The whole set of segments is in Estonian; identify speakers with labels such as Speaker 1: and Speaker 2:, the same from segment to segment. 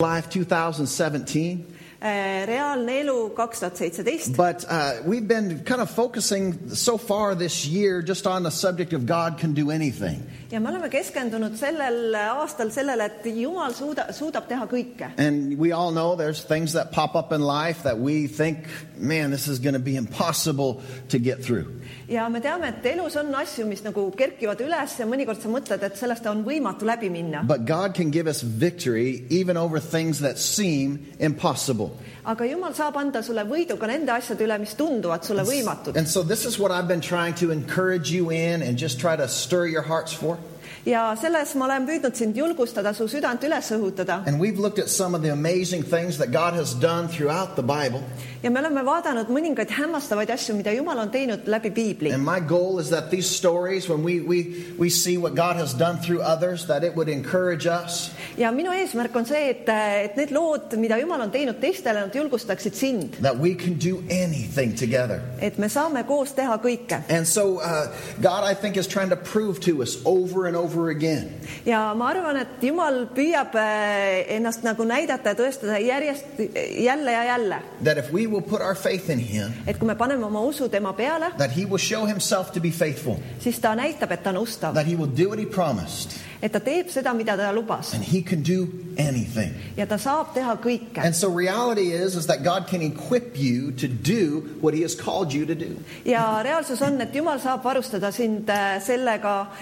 Speaker 1: Life 2017.
Speaker 2: Äh, reaalne elu kaks tuhat seitseteist ,
Speaker 1: But uh, we've been kind of focusing so far this year just on the subject of God can do anything.
Speaker 2: ja me oleme keskendunud sellel aastal sellele , et Jumal suuda , suudab teha kõike .
Speaker 1: And we all know there's things that pop up in life that we think, man, this is going to be impossible to get through.
Speaker 2: ja me teame , et elus on asju , mis nagu kerkivad üles ja mõnikord sa mõtled , et sellest on võimatu läbi minna .
Speaker 1: But God can give us victory even over things that seem impossible.
Speaker 2: aga Jumal saab anda sulle võidu ka nende asjade üle , mis tunduvad sulle võimatud .
Speaker 1: And so this is what I've been trying to encourage you in and just try to stir your hearts for.
Speaker 2: ja selles ma olen püüdnud sind julgustada , su südant üles õhutada
Speaker 1: And we've looked at some of the amazing things that God has done throughout the Bible.
Speaker 2: ja me oleme vaadanud mõningaid hämmastavaid asju , mida Jumal on teinud läbi piibli .
Speaker 1: And my goal is that these stories, when we, we, we see what God has done through others, that it would encourage us.
Speaker 2: ja minu eesmärk on see , et , et need lood , mida Jumal on teinud teistele , nad julgustaksid sind ,
Speaker 1: That we can do anything together.
Speaker 2: et me saame koos teha kõike .
Speaker 1: And so, uh, God, I think, is trying to prove to us over and over again
Speaker 2: ja ma arvan , et Jumal püüab äh, ennast nagu näidata ja tõestada järjest , jälle ja jälle ,
Speaker 1: that if we will put our faith in Him,
Speaker 2: et kui me paneme oma usu tema peale ,
Speaker 1: that He will show Himself to be faithful,
Speaker 2: siis ta näitab , et ta on ustav ,
Speaker 1: that He will do what He promised,
Speaker 2: et ta teeb seda , mida ta lubas
Speaker 1: and He can do anything.
Speaker 2: ja ta saab teha kõike
Speaker 1: And so, reality is is that God can equip you to do what He has called you to do.
Speaker 2: ja reaalsus on , et Jumal saab varustada sind äh, sellega ,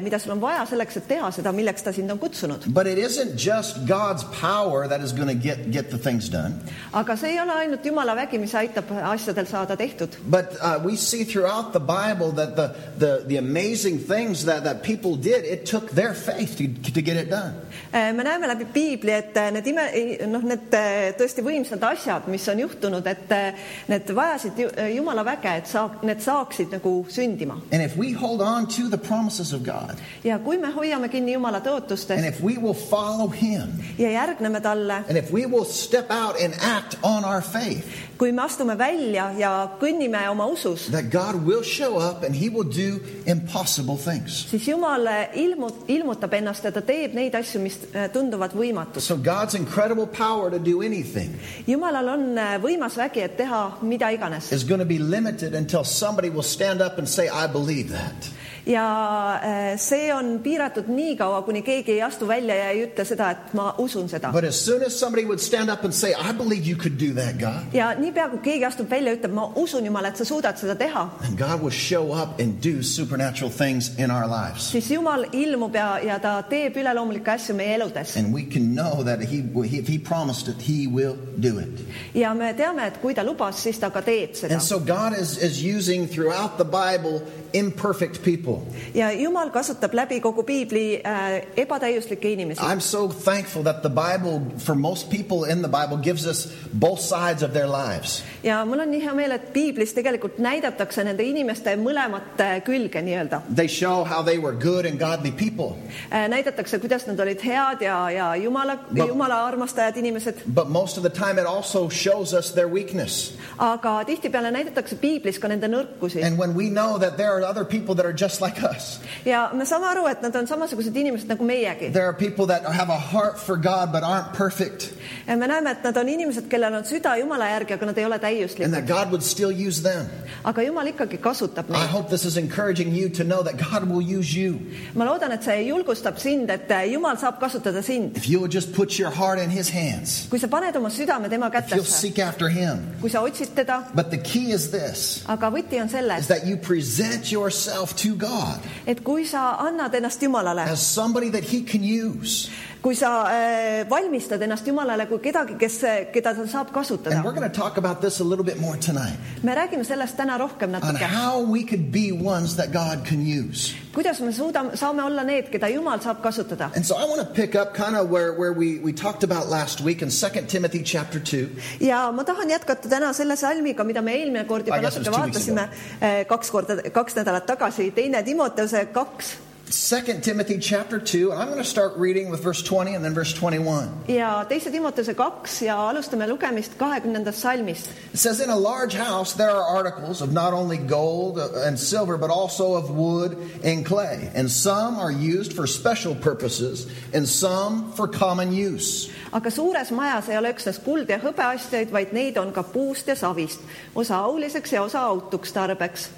Speaker 2: mida sul on vaja selleks , et teha seda , milleks ta sind on kutsunud .
Speaker 1: But it isn't just God's power that is going to get get the things done.
Speaker 2: aga see ei ole ainult Jumala vägi , mis aitab asjadel saada tehtud ,
Speaker 1: But uh, we see throughout the Bible that the the, the amazing things that, that people did, it took their faith to, to get it done.
Speaker 2: Äh, me näeme läbi piibli , et äh, need ime , noh , need tõesti võimsad asjad , mis on juhtunud , et äh, need vajasid ju- äh, Jumala väge , et saa- , need saaksid nagu sündima .
Speaker 1: And if we hold on to the promises of God,
Speaker 2: ja kui me hoiame kinni Jumala
Speaker 1: and
Speaker 2: tõotustest
Speaker 1: if we will follow Him,
Speaker 2: ja järgneme talle ,
Speaker 1: and if we will step out and act on our faith,
Speaker 2: kui me astume välja ja kõnnime oma usus ,
Speaker 1: that God will show up and He will do impossible things.
Speaker 2: siis Jumal äh, ilmu- , ilmutab ennast ja ta teeb neid asju , mis äh, tunduvad võimatud .
Speaker 1: So God's incredible power to do anything
Speaker 2: Jumalal on äh, võimas vägi , et teha mida iganes .
Speaker 1: is going to be limited until somebody will stand up and say, I believe that.
Speaker 2: ja eh, see on piiratud nii kaua , kuni keegi ei astu välja ja ei ütle seda , et ma usun seda .
Speaker 1: But as soon as somebody would stand up and say, I believe you could do that, God,
Speaker 2: ja niipea , kui keegi astub välja , ütleb , ma usun Jumal , et sa suudad seda teha ,
Speaker 1: then God will show up and do supernatural things in our lives.
Speaker 2: siis Jumal ilmub ja , ja ta teeb üleloomulikke asju meie eludes .
Speaker 1: And we can know that he, if He promised it, He will do it.
Speaker 2: ja me teame , et kui ta lubas , siis ta ka teeb seda
Speaker 1: And so God is, is using throughout the Bible imperfect people.
Speaker 2: ja Jumal kasutab läbi kogu piibli äh, ebatäiuslikke inimesi .
Speaker 1: I'm so thankful that the Bible, for most people in the Bible, gives us both sides of their lives.
Speaker 2: ja mul on nii hea meel , et piiblis tegelikult näidatakse nende inimeste mõlemat äh, külge nii-öelda .
Speaker 1: They show how they were good and godly people,
Speaker 2: näidatakse , kuidas nad olid head ja , ja Jumala
Speaker 1: Ma-
Speaker 2: no. , Jumala armastajad inimesed ,
Speaker 1: but most of the time it also shows us their weakness.
Speaker 2: aga tihtipeale näidatakse piiblis ka nende nõrkusi
Speaker 1: And when we know that there are other people that are just like us,
Speaker 2: ja me saame aru , et nad on samasugused inimesed nagu meiegi .
Speaker 1: there are people that have a heart for God but aren't perfect,
Speaker 2: me näeme , et nad on inimesed , kellel on süda Jumala järgi , aga nad ei ole
Speaker 1: and
Speaker 2: täiuslikud ,
Speaker 1: that God would still use them.
Speaker 2: aga Jumal ikkagi kasutab
Speaker 1: I
Speaker 2: neid .
Speaker 1: hope this is encouraging you to know that God will use you.
Speaker 2: ma loodan , et see julgustab sind , et eh, Jumal saab kasutada sind ,
Speaker 1: If you will just put your heart in His hands,
Speaker 2: kui sa paned oma südame tema
Speaker 1: if you'll
Speaker 2: kätesse ,
Speaker 1: seek after Him.
Speaker 2: kui sa otsid teda ,
Speaker 1: But the key is this
Speaker 2: aga võti on
Speaker 1: is
Speaker 2: selles ,
Speaker 1: that you present yourself to God
Speaker 2: et kui sa annad ennast Jumalale ,
Speaker 1: as somebody that He can use.
Speaker 2: kui sa äh, valmistad ennast Jumalale kui kedagi , kes , keda ta saab
Speaker 1: And we're
Speaker 2: kasutada .
Speaker 1: going to talk about this a little bit more tonight
Speaker 2: me räägime sellest täna rohkem
Speaker 1: on
Speaker 2: natuke
Speaker 1: how we could be ones that God can use.
Speaker 2: kuidas me suudame , saame olla need , keda Jumal saab kasutada .
Speaker 1: And so I want to pick up kind of where, where we, we talked about last week in 2 Timothy chapter 2.
Speaker 2: ja ma tahan jätkata täna selle salmiga , mida me eelmine kord juba
Speaker 1: Aga see
Speaker 2: natuke eh,
Speaker 1: was two weeks
Speaker 2: vaatasime , kaks korda , kaks nädalat tagasi , teine Timoteuse kaks ,
Speaker 1: Second Timothy chapter 2, and I'm going to start reading with verse 20 and then verse 21.
Speaker 2: ja teise Timotuse kaks ja alustame lugemist kahekümnendast salmist
Speaker 1: It says, In a large house there are articles of not only gold and silver, but also of wood and clay, and some are used for special purposes, and some for common use.
Speaker 2: aga suures majas ei ole üksnes kuld- ja hõbeasjaid , vaid neid on ka puust ja savist , osa auliseks ja osa autuks tarbeks .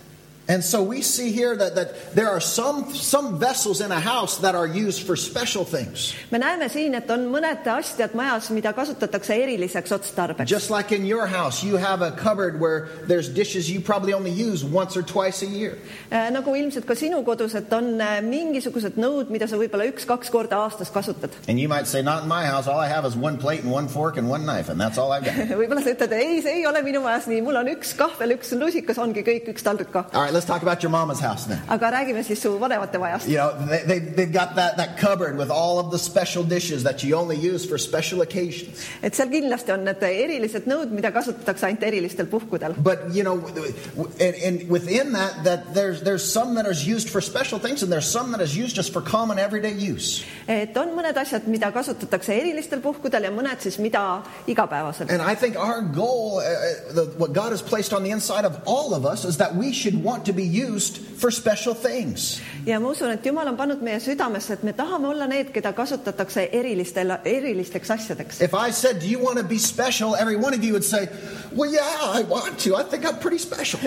Speaker 1: And so we see here that, that there are some, some vessels in a house that are used for special things.
Speaker 2: me näeme siin , et on mõned asjad majas , mida kasutatakse eriliseks otstarbeks .
Speaker 1: Just like in your house, you have a cupboard where there's dishes you probably only use once or twice a year.
Speaker 2: nagu ilmselt ka sinu kodus , et on eh, mingisugused nõud , mida sa võib-olla üks-kaks korda aastas kasutad .
Speaker 1: And you might say, Not in my house. All I have is one plate and one fork and one knife, and that's all I've got.
Speaker 2: võib-olla sa ütled , ei , see ei ole minu majas nii , mul on üks kahvel , üks lusikas , ongi kõik üks taldrika .
Speaker 1: all right, let's talk about your mama's house then.
Speaker 2: aga räägime siis su vanemate majast .
Speaker 1: You know, they, they, they've got that, that cupboard with all of the special dishes that you only use for special occasions.
Speaker 2: et seal kindlasti on need erilised nõud , mida kasutatakse ainult erilistel puhkudel .
Speaker 1: But, you know, w- w- and, and within that, that there's, there's some that is used for special things, and there's some that is used just for common everyday use.
Speaker 2: et on mõned asjad , mida kasutatakse erilistel puhkudel ja mõned siis , mida igapäevaselt .
Speaker 1: And I think our goal, uh, uh, the, what God has placed on the inside of all of us, is that we should want to be used for special things.
Speaker 2: ja ma usun , et Jumal on pannud meie südamesse , et me tahame olla need , keda kasutatakse erilistel , erilisteks asjadeks .
Speaker 1: If I said, Do you want to be special? every one of you would say, Well, yeah, I want to. I think I'm pretty special.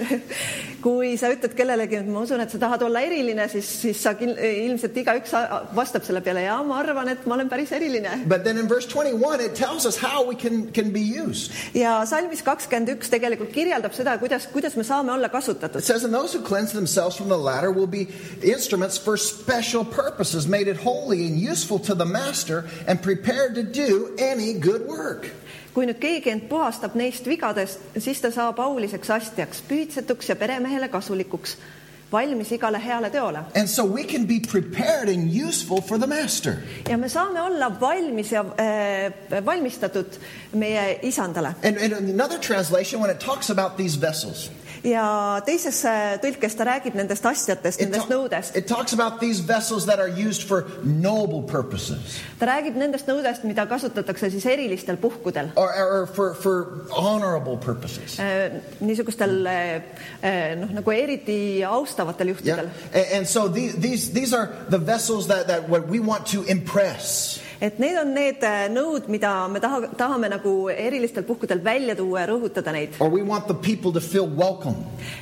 Speaker 2: kui sa ütled kellelegi , et ma usun , et sa tahad olla eriline , siis , siis sa kin- ilmselt igaüks vastab selle peale ja ma arvan , et ma olen päris eriline .
Speaker 1: But then in verse 21, it tells us how we can, can be used.
Speaker 2: ja salmis kakskümmend üks tegelikult kirjeldab seda , kuidas , kuidas me saame olla kasutatud
Speaker 1: It . says, And those who cleanse themselves from the latter will be instruments for special purposes, made it holy and useful to the master, and prepared to do any good work.
Speaker 2: kui nüüd keegi end puhastab neist vigadest , siis ta saab auliseks astjaks , pühitsetuks ja peremehele kasulikuks , valmis igale heale teole
Speaker 1: And so we can be prepared and useful for the master.
Speaker 2: ja me saame olla valmis ja äh, valmistatud meie isandale
Speaker 1: And, and in another translation, when it talks about these vessels,
Speaker 2: ja teises äh, tõlkes ta räägib nendest asjadest ,
Speaker 1: it,
Speaker 2: nendest
Speaker 1: ta-
Speaker 2: nõudest ,
Speaker 1: it talks about these vessels that are used for noble purposes
Speaker 2: ta räägib nendest nõudest , mida kasutatakse siis erilistel puhkudel ,
Speaker 1: or, or for, for honorable purposes.
Speaker 2: niisugustel äh, äh, noh , nagu eriti austavatel
Speaker 1: Yeah.
Speaker 2: juhtudel ,
Speaker 1: And, and so these, these, these are the vessels that, that what we want to impress.
Speaker 2: et need on need äh, nõud , mida me taha , tahame nagu erilistel puhkudel välja tuua ja rõhutada neid .
Speaker 1: Or we want the people to feel welcome.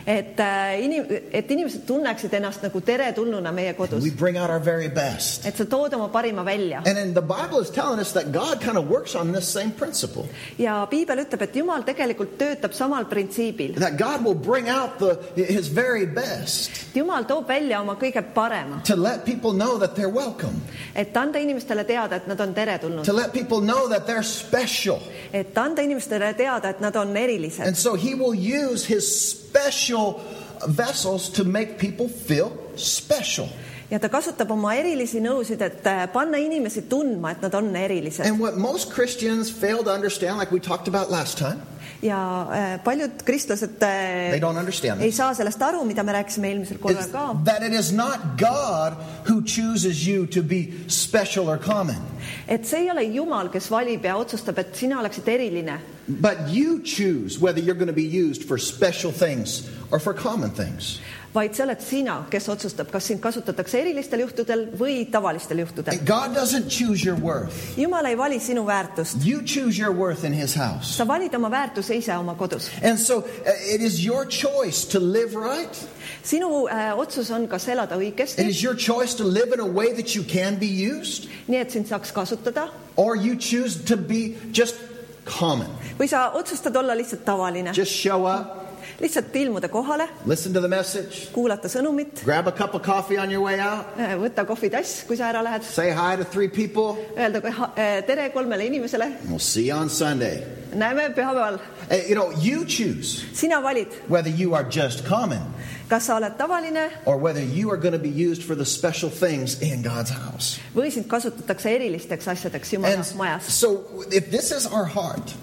Speaker 2: et äh, inim- , et inimesed tunneksid ennast nagu teretulnuna meie kodus
Speaker 1: We , bring out our very best.
Speaker 2: et sa tood oma parima välja
Speaker 1: And then the Bible is telling us that God kind of works on this same principle.
Speaker 2: ja piibel ütleb , et Jumal tegelikult töötab samal printsiibil ,
Speaker 1: That God will bring out the, His very best
Speaker 2: Jumal toob välja oma kõige parema ,
Speaker 1: to let people know that they're welcome,
Speaker 2: et anda inimestele teada , et nad on teretulnud
Speaker 1: to , let people know that they're special.
Speaker 2: et anda inimestele teada , et nad on erilised
Speaker 1: And so He will use His special vessels to make people feel special.
Speaker 2: ja ta kasutab oma erilisi nõusid , et äh, panna inimesi tundma , et nad on erilised
Speaker 1: And what most Christians fail to understand, like we talked about last time,
Speaker 2: ja äh, paljud kristlased äh,
Speaker 1: They don't understand
Speaker 2: ei saa sellest aru , mida me rääkisime eelmisel korral
Speaker 1: is
Speaker 2: ka
Speaker 1: that it is not God who chooses you to be special or common,
Speaker 2: et see ei ole Jumal , kes valib ja otsustab , et sina oleksid eriline ,
Speaker 1: but you choose whether you're going to be used for special things or for common things.
Speaker 2: vaid see oled sina , kes otsustab , kas sind kasutatakse erilistel juhtudel või tavalistel juhtudel .
Speaker 1: And God doesn't choose your worth.
Speaker 2: Jumal ei vali sinu väärtust ,
Speaker 1: You choose your worth in His house.
Speaker 2: sa valid oma väärtuse ise oma kodus .
Speaker 1: And so uh, it is your choice to live right.
Speaker 2: sinu äh, otsus on , kas elada
Speaker 1: It
Speaker 2: õigesti ,
Speaker 1: is your choice to live in a way that you can be used,
Speaker 2: nii et sind saaks kasutada ,
Speaker 1: or you choose to be just common.
Speaker 2: või sa otsustad olla lihtsalt tavaline ,
Speaker 1: Just show up,
Speaker 2: lihtsalt ilmuda kohale ,
Speaker 1: listen to the message,
Speaker 2: kuulata sõnumit ,
Speaker 1: grab a cup of coffee on your way out,
Speaker 2: Äh, võtta kohvitass , kui sa ära lähed ,
Speaker 1: say hi to three people,
Speaker 2: öelda kohe, äh, tere kolmele inimesele ,
Speaker 1: and we'll see you on Sunday.
Speaker 2: näeme pühapäeval ,
Speaker 1: Uh, You know, you choose
Speaker 2: sina valid ,
Speaker 1: whether you are just common
Speaker 2: kas sa oled tavaline
Speaker 1: or whether you are going to be used for the special things in God's house.
Speaker 2: või sind kasutatakse erilisteks asjadeks Jumala
Speaker 1: And
Speaker 2: majas .
Speaker 1: so, if this is our heart,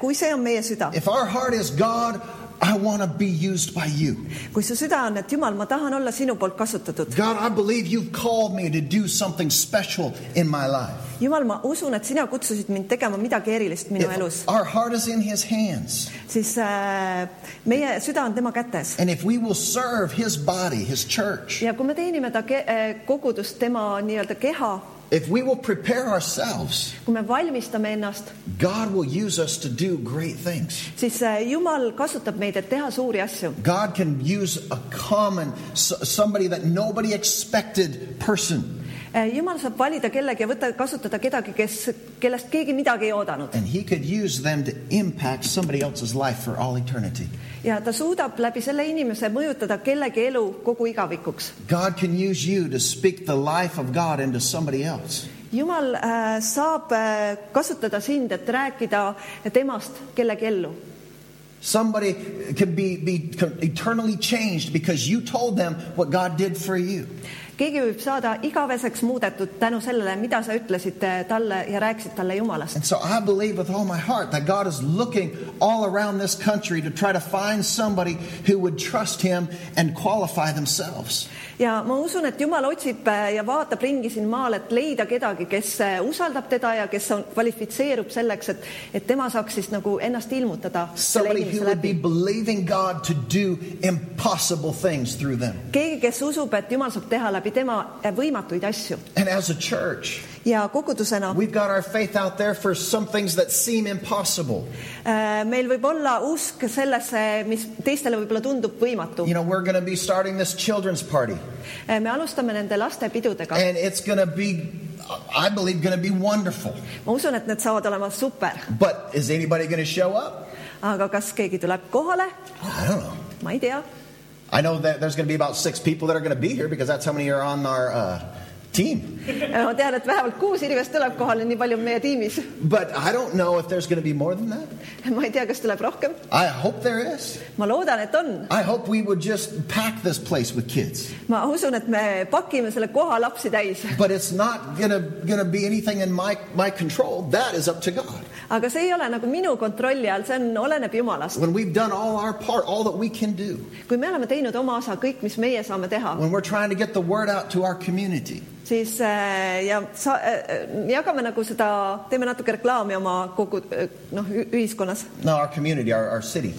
Speaker 2: kui see on meie süda ,
Speaker 1: if our heart is God, I want to be used by you.
Speaker 2: kui su süda on , et Jumal , ma tahan olla sinu poolt kasutatud .
Speaker 1: God, I believe you've called me to do something special in my life.
Speaker 2: Jumal , ma usun , et sina kutsusid mind tegema midagi erilist minu elus
Speaker 1: If our heart is in his hands.
Speaker 2: siis äh, meie süda on tema kätes
Speaker 1: And if we will serve his body, his church,
Speaker 2: ja kui me teenime ta ke- äh, kogudust , tema nii-öelda keha ,
Speaker 1: if we will prepare ourselves,
Speaker 2: kui me valmistame ennast ,
Speaker 1: God will use us to do great things.
Speaker 2: siis äh, Jumal kasutab meid , et teha suuri asju .
Speaker 1: God can use a common, s- somebody that nobody expected person,
Speaker 2: Äh, Jumal saab valida kellegi ja võtta , kasutada kedagi , kes , kellest keegi midagi ei oodanud
Speaker 1: and he could use them to impact somebody else's life for all eternity.
Speaker 2: ja ta suudab läbi selle inimese mõjutada kellegi elu kogu igavikuks .
Speaker 1: God can use you to speak the life of God into somebody else.
Speaker 2: Jumal äh, saab äh, kasutada sind , et rääkida temast kellegi ellu .
Speaker 1: Somebody can be, be eternally changed because you told them what God did for you.
Speaker 2: keegi võib saada igaveseks muudetud tänu sellele , mida sa ütlesid äh, talle ja rääkisid talle Jumalast .
Speaker 1: And so I believe with all my heart that God is looking all around this country to try to find somebody who would trust Him and qualify themselves.
Speaker 2: ja ma usun , et Jumal otsib äh, ja vaatab ringi siin maal , et leida kedagi , kes äh, usaldab teda ja kes on , kvalifitseerub selleks , et , et tema saaks siis nagu ennast ilmutada .
Speaker 1: Somebody who would be believing God to do impossible things through them.
Speaker 2: keegi , kes usub , et Jumal saab teha läbi tema äh, võimatuid asju
Speaker 1: And as a church,
Speaker 2: ja kogudusena
Speaker 1: we've got our faith out there for some things that seem impossible.
Speaker 2: äh, meil võib olla usk sellesse , mis teistele võib-olla tundub võimatu Äh,
Speaker 1: You . know, we're going to be starting this children's party,
Speaker 2: me alustame nende lastepidudega .
Speaker 1: and it's going to be, I believe, going to be wonderful.
Speaker 2: ma usun , et need saavad olema super ,
Speaker 1: But is anybody going to show up?
Speaker 2: aga kas keegi tuleb kohale ?
Speaker 1: I don't know.
Speaker 2: ma ei tea .
Speaker 1: I know that there's going to be about six people that are going to be here because that's how many are on our uh, team.
Speaker 2: Äh, ma tean , et vähemalt kuus inimest tuleb kohale , nii palju on meie tiimis .
Speaker 1: But I don't know if there's going to be more than that.
Speaker 2: ma ei tea , kas tuleb rohkem .
Speaker 1: I hope there is.
Speaker 2: ma loodan , et on .
Speaker 1: I hope we would just pack this place with kids.
Speaker 2: ma usun , et me pakime selle koha lapsi täis ,
Speaker 1: But it's not going to, going to be anything in my, my control. That is up to God.
Speaker 2: aga see ei ole nagu minu kontrolli all , see on , oleneb Jumalast .
Speaker 1: When we've done all our part, all that we can do,
Speaker 2: kui me oleme teinud oma osa , kõik , mis meie saame teha ,
Speaker 1: when we're trying to get the word out to our community,
Speaker 2: siis äh, ja sa, äh, jagame nagu seda , teeme natuke reklaami oma kogu äh, noh , ühiskonnas ,
Speaker 1: no, our community, our, our city.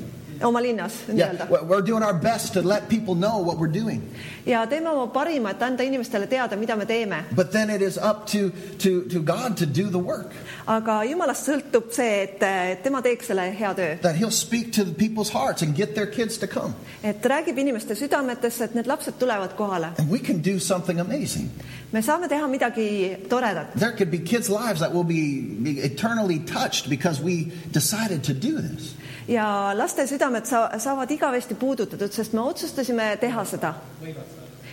Speaker 2: oma linnas
Speaker 1: Yeah,
Speaker 2: nii-öelda
Speaker 1: we're- we're doing our best to let people know what we're doing.
Speaker 2: ja teeme oma parima , et anda inimestele teada , mida me teeme
Speaker 1: But then it is up to, to, to God to do the work.
Speaker 2: aga jumalast sõltub see , et äh, et tema teeks selle hea töö ,
Speaker 1: that he'll speak to the people's hearts and get their kids to come.
Speaker 2: et räägib inimeste südametesse , et need lapsed tulevad kohale .
Speaker 1: And we can do something amazing.
Speaker 2: me saame teha midagi toredat ,
Speaker 1: There could be kids' lives that will be, be eternally touched because we decided to do this.
Speaker 2: ja laste südamed sa saavad igavesti puudutatud , sest me otsustasime teha seda .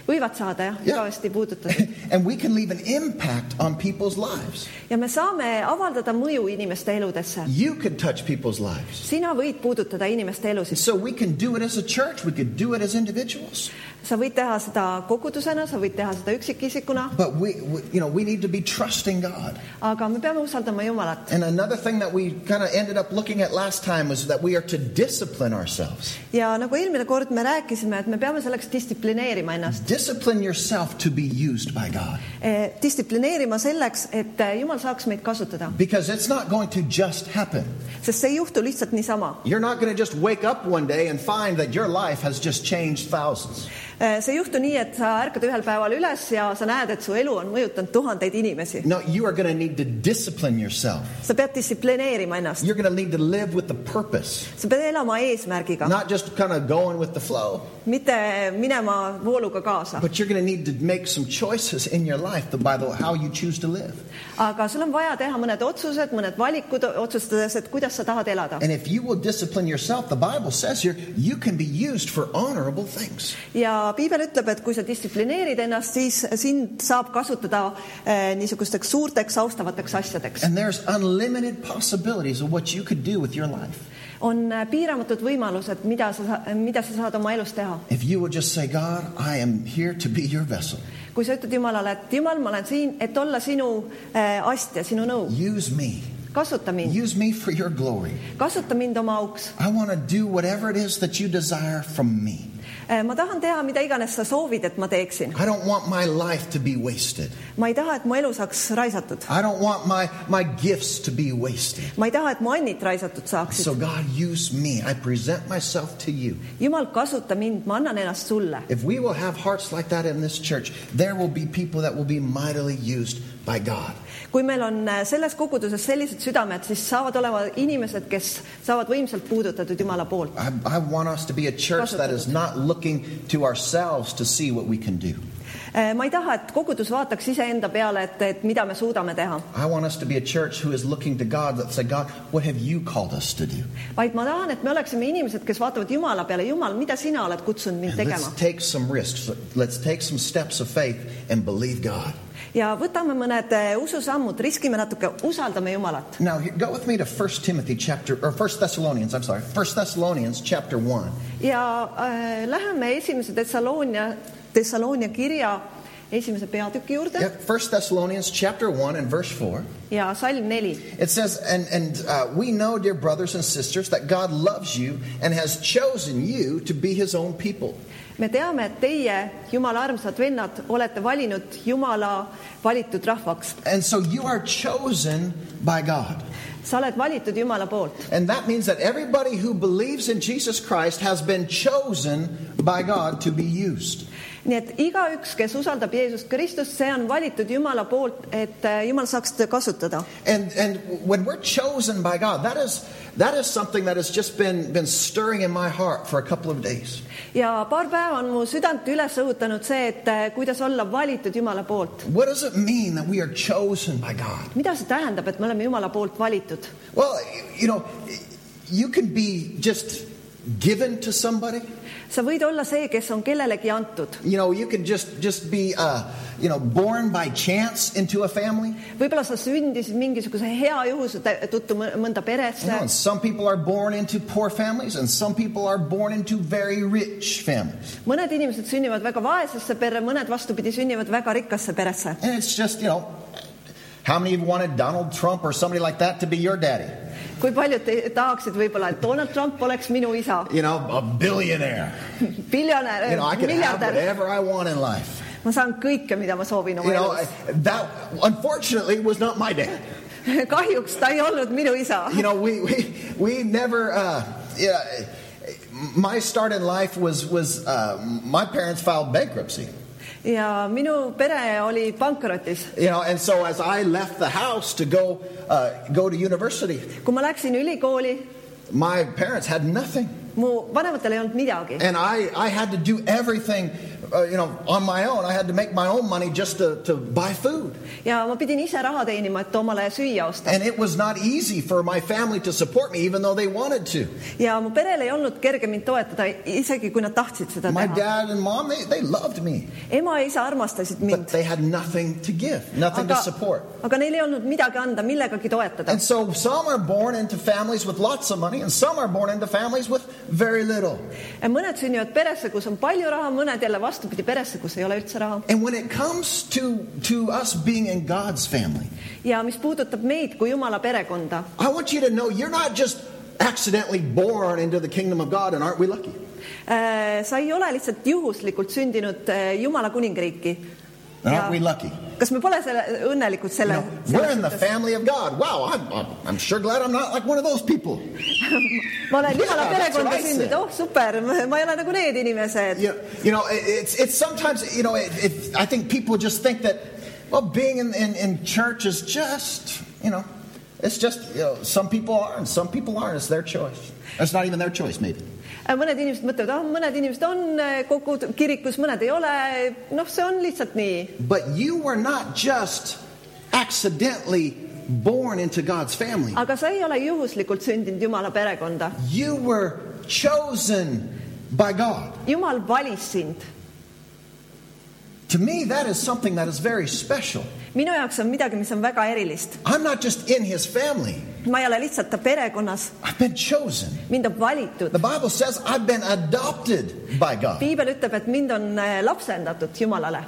Speaker 2: võivad saada jah ,
Speaker 1: Jah.
Speaker 2: igavesti puudutatud
Speaker 1: and we can leave an impact on people's lives.
Speaker 2: ja me saame avaldada mõju inimeste eludesse .
Speaker 1: You could touch people's lives.
Speaker 2: sina võid puudutada inimeste elusid ,
Speaker 1: So we can do it as a church, we could do it as individuals.
Speaker 2: sa võid teha seda kogudusena , sa võid teha seda üksikisikuna ,
Speaker 1: But we, we you know, we need to be trusting God.
Speaker 2: aga me peame usaldama Jumalat
Speaker 1: And another thing that we kind of ended up looking at last time was that we are to discipline ourselves.
Speaker 2: ja nagu eelmine kord me rääkisime , et me peame selleks distsiplineerima ennast .
Speaker 1: Discipline yourself to be used by God.
Speaker 2: Eh, distsiplineerima selleks , et eh, Jumal saaks meid kasutada ,
Speaker 1: Because it's not going to just happen.
Speaker 2: sest see ei juhtu lihtsalt niisama .
Speaker 1: You're not going to just wake up one day and find that your life has just changed thousands.
Speaker 2: Eh, see ei juhtu nii , et sa ärkad ühel päeval üles ja sa näed , et su elu on mõjutanud tuhandeid inimesi .
Speaker 1: No, you are going to need to discipline yourself.
Speaker 2: sa pead distsiplineerima ennast ,
Speaker 1: You're going to need to live with the purpose,
Speaker 2: sa pead elama eesmärgiga ,
Speaker 1: not just kind of going with the flow,
Speaker 2: mitte minema vooluga kaasa ,
Speaker 1: but you're going to need to make some choices in your life by the, how you choose to live.
Speaker 2: aga sul on vaja teha mõned otsused , mõned valikud , otsustades , et kuidas sa tahad elada .
Speaker 1: And if you will discipline yourself, the Bible says here, you can be used for honorable things.
Speaker 2: ja piibel ütleb , et kui sa distsiplineerid ennast , siis sind saab kasutada eh, niisugusteks suurteks austavateks asjadeks .
Speaker 1: And there's unlimited possibilities of what you could do with your life.
Speaker 2: on eh, piiramatud võimalused , mida sa , mida sa saad oma elus teha .
Speaker 1: If you will just say, God, I am here to be your vessel.
Speaker 2: kui sa ütled Jumalale , et Jumal , ma olen siin , et olla sinu äh, astja , sinu nõu ,
Speaker 1: Use me.
Speaker 2: kasuta mind ,
Speaker 1: Use me for your glory.
Speaker 2: kasuta mind oma auks .
Speaker 1: I want to do whatever it is that you desire from me.
Speaker 2: Äh, ma tahan teha mida iganes sa soovid , et ma teeksin .
Speaker 1: I don't want my life to be wasted.
Speaker 2: ma ei taha , et mu elu saaks raisatud .
Speaker 1: I don't want my, my gifts to be wasted.
Speaker 2: ma ei taha , et mu annid raisatud saaksid .
Speaker 1: So, God, use me. I present myself to you.
Speaker 2: jumal , kasuta mind , ma annan ennast sulle .
Speaker 1: If we will have hearts like that in this church, there will be people that will be mightily used by God.
Speaker 2: kui meil on äh, selles koguduses sellised südamed , siis saavad olema inimesed , kes saavad võimsalt puudutatud Jumala poolt .
Speaker 1: I, I want us to be a church that is not looking to ourselves to see what we can do.
Speaker 2: Äh, ma ei taha , et kogudus vaataks iseenda peale , et , et mida me suudame teha ,
Speaker 1: I want us to be a church who is looking to God that say, God, what have you called us to do?
Speaker 2: vaid ma tahan , et me oleksime inimesed , kes vaatavad Jumala peale , Jumal , mida sina oled kutsunud mind
Speaker 1: And let's
Speaker 2: tegema
Speaker 1: take some risks. Let's take some steps of faith and believe God.
Speaker 2: ja võtame mõned äh, ususammud , riskime natuke , usaldame Jumalat .
Speaker 1: Now, here- go with me to 1 Timothy chapter, or 1 Thessalonians, I'm sorry, 1 Thessalonians chapter 1.
Speaker 2: ja äh, läheme esimese Thessaloonia , Thessaloonia kirja esimese peatüki juurde
Speaker 1: Yep, 1 Thessalonians chapter 1 and verse 4.
Speaker 2: ja salm neli
Speaker 1: It says, and, and uh, we know, dear brothers and sisters, that God loves you and has chosen you to be his own people.
Speaker 2: me teame , et teie , Jumala armsad vennad , olete valinud Jumala valitud rahvaks .
Speaker 1: And so you are chosen by God.
Speaker 2: sa oled valitud Jumala poolt
Speaker 1: And that means that everybody who believes in Jesus Christ has been chosen by God to be used.
Speaker 2: nii et igaüks , kes usaldab Jeesust Kristust , see on valitud Jumala poolt , et äh, Jumal saaks teda kasutada .
Speaker 1: And and when we're chosen by God, that is that is something that has just been been stirring in my heart for a couple of days.
Speaker 2: ja paar päeva on mu südant üles õhutanud see , et äh, kuidas olla valitud Jumala poolt .
Speaker 1: What does it mean that we are chosen by God?
Speaker 2: mida see tähendab , et me oleme Jumala poolt valitud ?
Speaker 1: Well, you know, you can be just given to somebody.
Speaker 2: sa võid olla see , kes on kellelegi antud ,
Speaker 1: You know, you can just just be uh, you know, born by chance into a family.
Speaker 2: võib-olla sa sündisid mingisuguse hea juhuse tä- tõttu mõ-
Speaker 1: You
Speaker 2: mõnda
Speaker 1: know,
Speaker 2: peresse
Speaker 1: and some people are born into poor families, and some people are born into very rich families.
Speaker 2: mõned inimesed sünnivad väga vaesesse perre , mõned vastupidi sünnivad väga rikkasse peresse .
Speaker 1: And it's just, you know, how many of you wanted Donald Trump or somebody like that to be your daddy?
Speaker 2: kui paljud te tahaksid võib-olla , et Donald Trump oleks minu isa ,
Speaker 1: You know, a billionaire.
Speaker 2: miljonär
Speaker 1: You know, I , can have
Speaker 2: miljardär ,
Speaker 1: whatever I want in life.
Speaker 2: ma saan kõike , mida ma soovin
Speaker 1: You
Speaker 2: oma
Speaker 1: know, I,
Speaker 2: elus .
Speaker 1: that unfortunately was not my dad.
Speaker 2: kahjuks ta ei olnud minu isa .
Speaker 1: You know, we we, we never. Uh, yeah, my start in life was was uh, my parents filed bankruptcy.
Speaker 2: ja minu pere oli pankrotis .
Speaker 1: You know, and so as I left the house to go uh, go to university,
Speaker 2: kui ma läksin ülikooli ,
Speaker 1: my parents had nothing,
Speaker 2: mu vanematel ei olnud midagi
Speaker 1: and I I had to do everything, uh, you know, on my own. I had to make my own money just to, to buy food,
Speaker 2: ja ma pidin ise raha teenima , et omale süüa osta
Speaker 1: and it was not easy for my family to support me, even though they wanted to.
Speaker 2: ja mu perel ei olnud kerge mind toetada , isegi kui nad tahtsid seda
Speaker 1: My
Speaker 2: teha .
Speaker 1: dad and mom they, they loved me,
Speaker 2: ema ja isa armastasid mind
Speaker 1: but . they had nothing to give, nothing to support.
Speaker 2: aga neil ei olnud midagi anda , millegagi toetada
Speaker 1: And . so some are born into families with lots of money, and some are born into families with very little.
Speaker 2: mõned sünnivad peresse , kus on palju raha , mõned jälle vastupidi peresse , kus ei ole üldse raha .
Speaker 1: And when it comes to, to us being in God's family,
Speaker 2: ja mis puudutab meid kui Jumala perekonda ,
Speaker 1: I want you to know you're not just accidentally born into the kingdom of God, and aren't we lucky?
Speaker 2: äh, sa ei ole lihtsalt juhuslikult sündinud eh, Jumala kuningriiki .
Speaker 1: And aren't we lucky?
Speaker 2: kas me pole selle õnnelikud
Speaker 1: You
Speaker 2: selle
Speaker 1: know, we're in the family of God. Wow, I'm, I'm, I'm sure glad I'm not like one of those people.
Speaker 2: ma olen Jumala
Speaker 1: Yeah, that's
Speaker 2: perekonda
Speaker 1: what I said.
Speaker 2: sündinud , oh super , ma ei ole nagu need inimesed .
Speaker 1: You know, you know it, it's, it's sometimes, you know, it, it, I think people just think that, well, being in, in, in church is just, you know, it's just, you know, some people are and some people aren't. It's their choice. It's not even their choice, maybe.
Speaker 2: mõned inimesed mõtlevad , ah mõned inimesed on eh, kogu kirikus , mõned ei ole , noh , see on lihtsalt nii
Speaker 1: But you were not just accidentally born into God's family,
Speaker 2: aga sa ei ole juhuslikult sündinud Jumala perekonda .
Speaker 1: you were chosen by God.
Speaker 2: Jumal valis sind .
Speaker 1: To me, that is something that is very special.
Speaker 2: minu jaoks on midagi , mis on väga erilist .
Speaker 1: I'm not just in his family,
Speaker 2: ma ei ole lihtsalt ta perekonnas ,
Speaker 1: I've been chosen.
Speaker 2: mind on valitud
Speaker 1: The . Bible says I've been adopted by God.
Speaker 2: piibel ütleb , et mind on äh, lapsendatud Jumalale .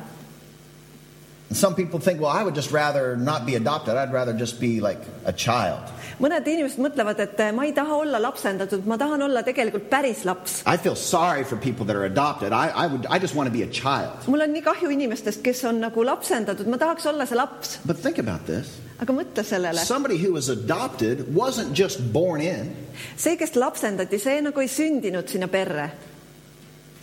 Speaker 1: Some people think, well, I would just rather not be adopted. I'd rather just be like a child.
Speaker 2: mõned inimesed mõtlevad , et eh, ma ei taha olla lapsendatud , ma tahan olla tegelikult päris laps .
Speaker 1: I feel sorry for people that are adopted. I, I, would, I just want to be a child.
Speaker 2: mul on nii kahju inimestest , kes on nagu lapsendatud , ma tahaks olla see laps ,
Speaker 1: But think about this
Speaker 2: aga mõtle sellele ,
Speaker 1: somebody who was adopted wasn't just born in,
Speaker 2: see , kes lapsendati , see nagu ei sündinud sinna perre ,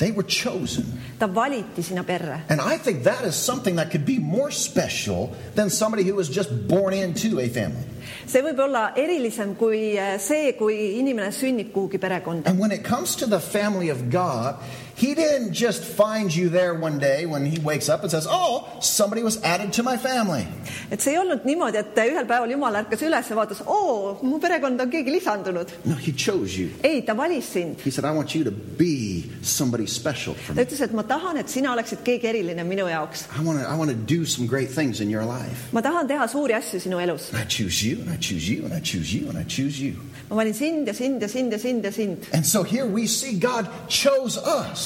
Speaker 1: they were chosen.
Speaker 2: ta valiti sinna perre
Speaker 1: And I think that is something that could be more special than somebody who was just born into a family.
Speaker 2: see võib olla erilisem kui eh, see , kui inimene sünnib kuhugi perekonda .
Speaker 1: And when it comes to the family of God, He didn't just find you there one day when He wakes up and says, Oh, somebody was added to my family.
Speaker 2: et see ei olnud niimoodi , et ühel päeval Jumal ärkas üles ja vaatas , oo , mu perekonda on keegi lisandunud .
Speaker 1: No, He chose you.
Speaker 2: ei , ta valis sind .
Speaker 1: He said, I want you to be somebody special for
Speaker 2: ta
Speaker 1: me.
Speaker 2: ütles , et ma tahan , et sina oleksid keegi eriline minu jaoks .
Speaker 1: I want to, I want to do some great things in your life.
Speaker 2: ma tahan teha suuri asju sinu elus .
Speaker 1: And I choose you, and I choose you, and I choose you, and I choose you.
Speaker 2: ma valin sind ja sind ja sind ja sind ja sind .
Speaker 1: And so here we see God chose us.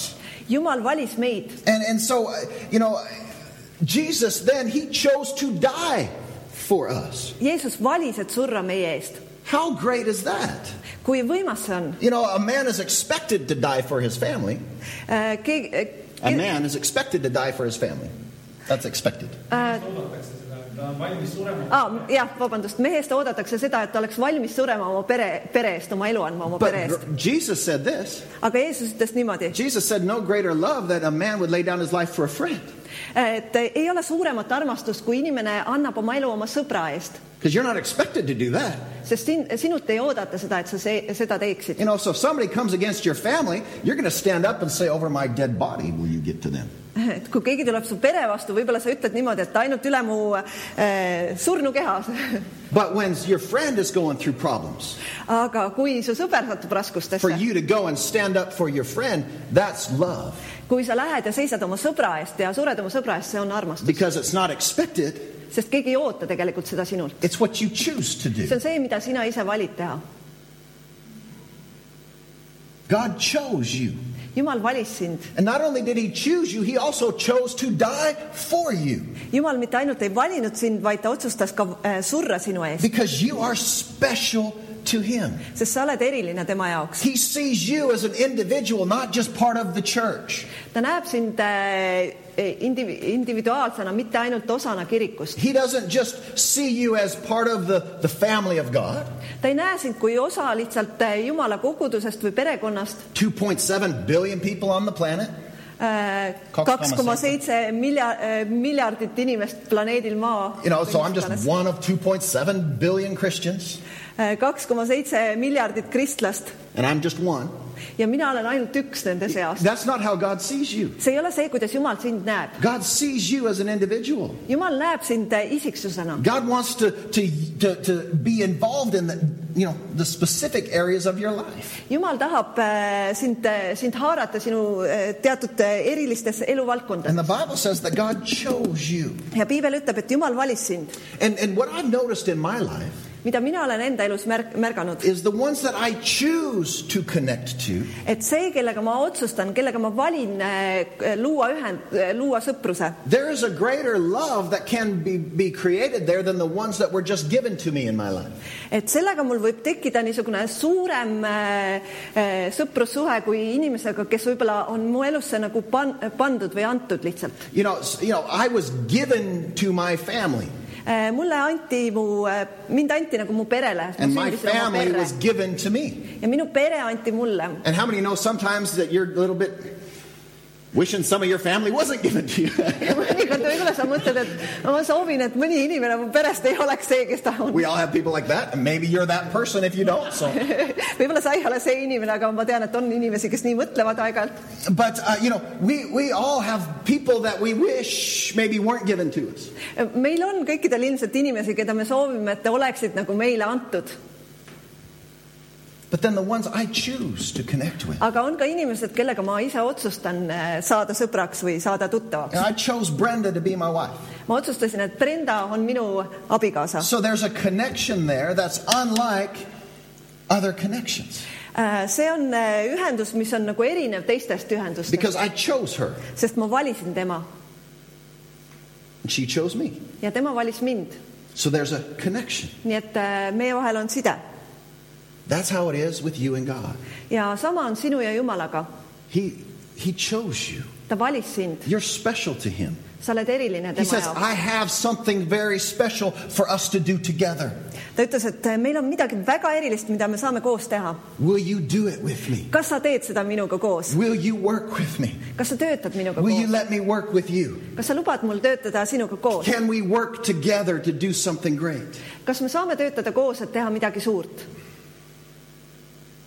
Speaker 2: Jumal valis meid
Speaker 1: And, and so, uh, you know, Jesus then, he chose to die for us.
Speaker 2: Jeesus valis , et surra meie eest .
Speaker 1: How great is that?
Speaker 2: kui võimas see on ?
Speaker 1: You know, a man is expected to die for his family.
Speaker 2: keegi ,
Speaker 1: A man is expected to die for his family. That's expected.
Speaker 3: oodatakse seda , et ta on valmis surema .
Speaker 2: jah , vabandust , mehest oodatakse seda , et ta oleks valmis surema oma pere , pere eest , oma elu andma oma pere eest .
Speaker 1: But Jesus said this.
Speaker 2: aga Jeesus ütles niimoodi ,
Speaker 1: Jesus said, No greater love that a man would lay down his life for a friend.
Speaker 2: et ei ole suuremat armastust , kui inimene annab oma elu oma sõbra eest ,
Speaker 1: Because you're not expected to do that.
Speaker 2: sest sin, sinult ei oodata seda , et sa see, seda teeksid .
Speaker 1: You know, so if somebody comes against your family, you're going to stand up and say, Over my dead body will you get to them.
Speaker 2: et kui keegi tuleb su pere vastu , võib-olla sa ütled niimoodi , et ainult üle mu äh, surnu keha .
Speaker 1: But when your friend is going through problems,
Speaker 2: aga kui su sõber satub
Speaker 1: for
Speaker 2: raskustesse ,
Speaker 1: you to go and stand up for your friend, that's love.
Speaker 2: kui sa lähed ja seisad oma sõbra eest ja sured oma sõbra eest , see on armastus ,
Speaker 1: Because it's not expected,
Speaker 2: sest keegi ei oota tegelikult seda sinult .
Speaker 1: it's what you choose to
Speaker 2: see
Speaker 1: do.
Speaker 2: on see , mida sina ise valid teha .
Speaker 1: God chose you.
Speaker 2: jumal valis sind ,
Speaker 1: And not only did He choose you, He also chose to die for you.
Speaker 2: jumal mitte ainult ei valinud sind , vaid ta otsustas ka äh, surra sinu eest ,
Speaker 1: Because you are special to Him.
Speaker 2: sest sa oled eriline tema jaoks .
Speaker 1: He sees you as an individual, not just part of the church.
Speaker 2: ta näeb sind äh, indiv- , individuaalsena , mitte ainult osana kirikust .
Speaker 1: He doesn't just see you as part of the, the family of God.
Speaker 2: ta ei näe sind kui osa lihtsalt äh, jumala kogudusest või perekonnast
Speaker 1: 2.7 billion people on the planet.
Speaker 2: äh, .
Speaker 1: Kaks
Speaker 2: kaks
Speaker 1: koma
Speaker 2: koma seitse miljard , miljardit inimest planeedil Maa .
Speaker 1: You know, so I'm just one of 2.7 billion Christians,
Speaker 2: Äh, kaks koma seitse miljardit kristlast
Speaker 1: and I'm just one.
Speaker 2: ja mina olen ainult üks nende seas .
Speaker 1: That's not how God sees you.
Speaker 2: see ei ole see , kuidas Jumal sind näeb .
Speaker 1: God sees you as an individual.
Speaker 2: Jumal näeb sind äh, isiksusena .
Speaker 1: God wants to, to, to, to be involved in the, you know, the specific areas of your life.
Speaker 2: Jumal tahab äh, sind , sind haarata sinu äh, teatud äh, erilistesse eluvaldkondadesse
Speaker 1: And the Bible says that God chose you.
Speaker 2: ja piibel ütleb , et Jumal valis sind ,
Speaker 1: And, and what I've noticed in my life
Speaker 2: mida mina olen enda elus märk- , märganud ,
Speaker 1: is the ones that I choose to connect to
Speaker 2: et see , kellega ma otsustan , kellega ma valin äh, luua ühend , luua sõpruse ,
Speaker 1: There is a greater love that can be, be created there than the ones that were just given to me in my life.
Speaker 2: et sellega mul võib tekkida niisugune suurem äh, äh, sõprussuhe kui inimesega , kes võib-olla on mu elusse nagu pan- , pandud või antud lihtsalt .
Speaker 1: You know, s- you know, I was given to my family,
Speaker 2: Äh, mulle anti mu , mind anti nagu mu perele .
Speaker 1: and my
Speaker 2: "Oh,
Speaker 1: family was given to me.
Speaker 2: ja minu pere anti mulle
Speaker 1: And how many know sometimes that you're a little bit wishing some of your family wasn't given to you?
Speaker 2: ja mõnikord võib-olla sa mõtled , et ma soovin , et mõni inimene mu perest ei oleks see , kes ta on .
Speaker 1: we all have people like that, and maybe you're that person if you don't. So,
Speaker 2: võib-olla sa ei ole see inimene , aga ma tean , et on inimesi , kes nii mõtlevad aeg-ajalt .
Speaker 1: but uh, you know, we we all have people that we wish maybe weren't given to us.
Speaker 2: meil on kõikidel ilmselt inimesi , keda me soovime , et te oleksid nagu meile antud ,
Speaker 1: But then the ones I choose to connect with.
Speaker 2: aga on ka inimesed , kellega ma ise otsustan eh, saada sõbraks või saada
Speaker 1: And
Speaker 2: tuttavaks .
Speaker 1: I chose Brenda to be my wife.
Speaker 2: ma otsustasin , et Brenda on minu abikaasa .
Speaker 1: So there's a connection there that's unlike other connections
Speaker 2: see on eh, ühendus , mis on nagu erinev teistest ühendustest ,
Speaker 1: because I chose her
Speaker 2: sest ma valisin tema
Speaker 1: and she chose me.
Speaker 2: ja tema valis mind .
Speaker 1: So there's a connection.
Speaker 2: nii et äh, meie vahel on side
Speaker 1: That's how it is with you and God.
Speaker 2: ja sama on sinu ja Jumalaga .
Speaker 1: He, he chose you.
Speaker 2: ta valis sind ,
Speaker 1: You're special to Him.
Speaker 2: sa oled eriline
Speaker 1: He
Speaker 2: tema
Speaker 1: says,
Speaker 2: jaoks .
Speaker 1: I have something very special for us to do together.
Speaker 2: ta ütles , et äh, meil on midagi väga erilist , mida me saame koos teha .
Speaker 1: Will you do it with me?
Speaker 2: kas sa teed seda minuga koos ,
Speaker 1: Will you work with me?
Speaker 2: kas sa töötad minuga
Speaker 1: Will you
Speaker 2: koos ,
Speaker 1: let me work with you?
Speaker 2: kas sa lubad mul töötada sinuga koos ,
Speaker 1: Can we work together to do something great?
Speaker 2: kas me saame töötada koos , et teha midagi suurt ?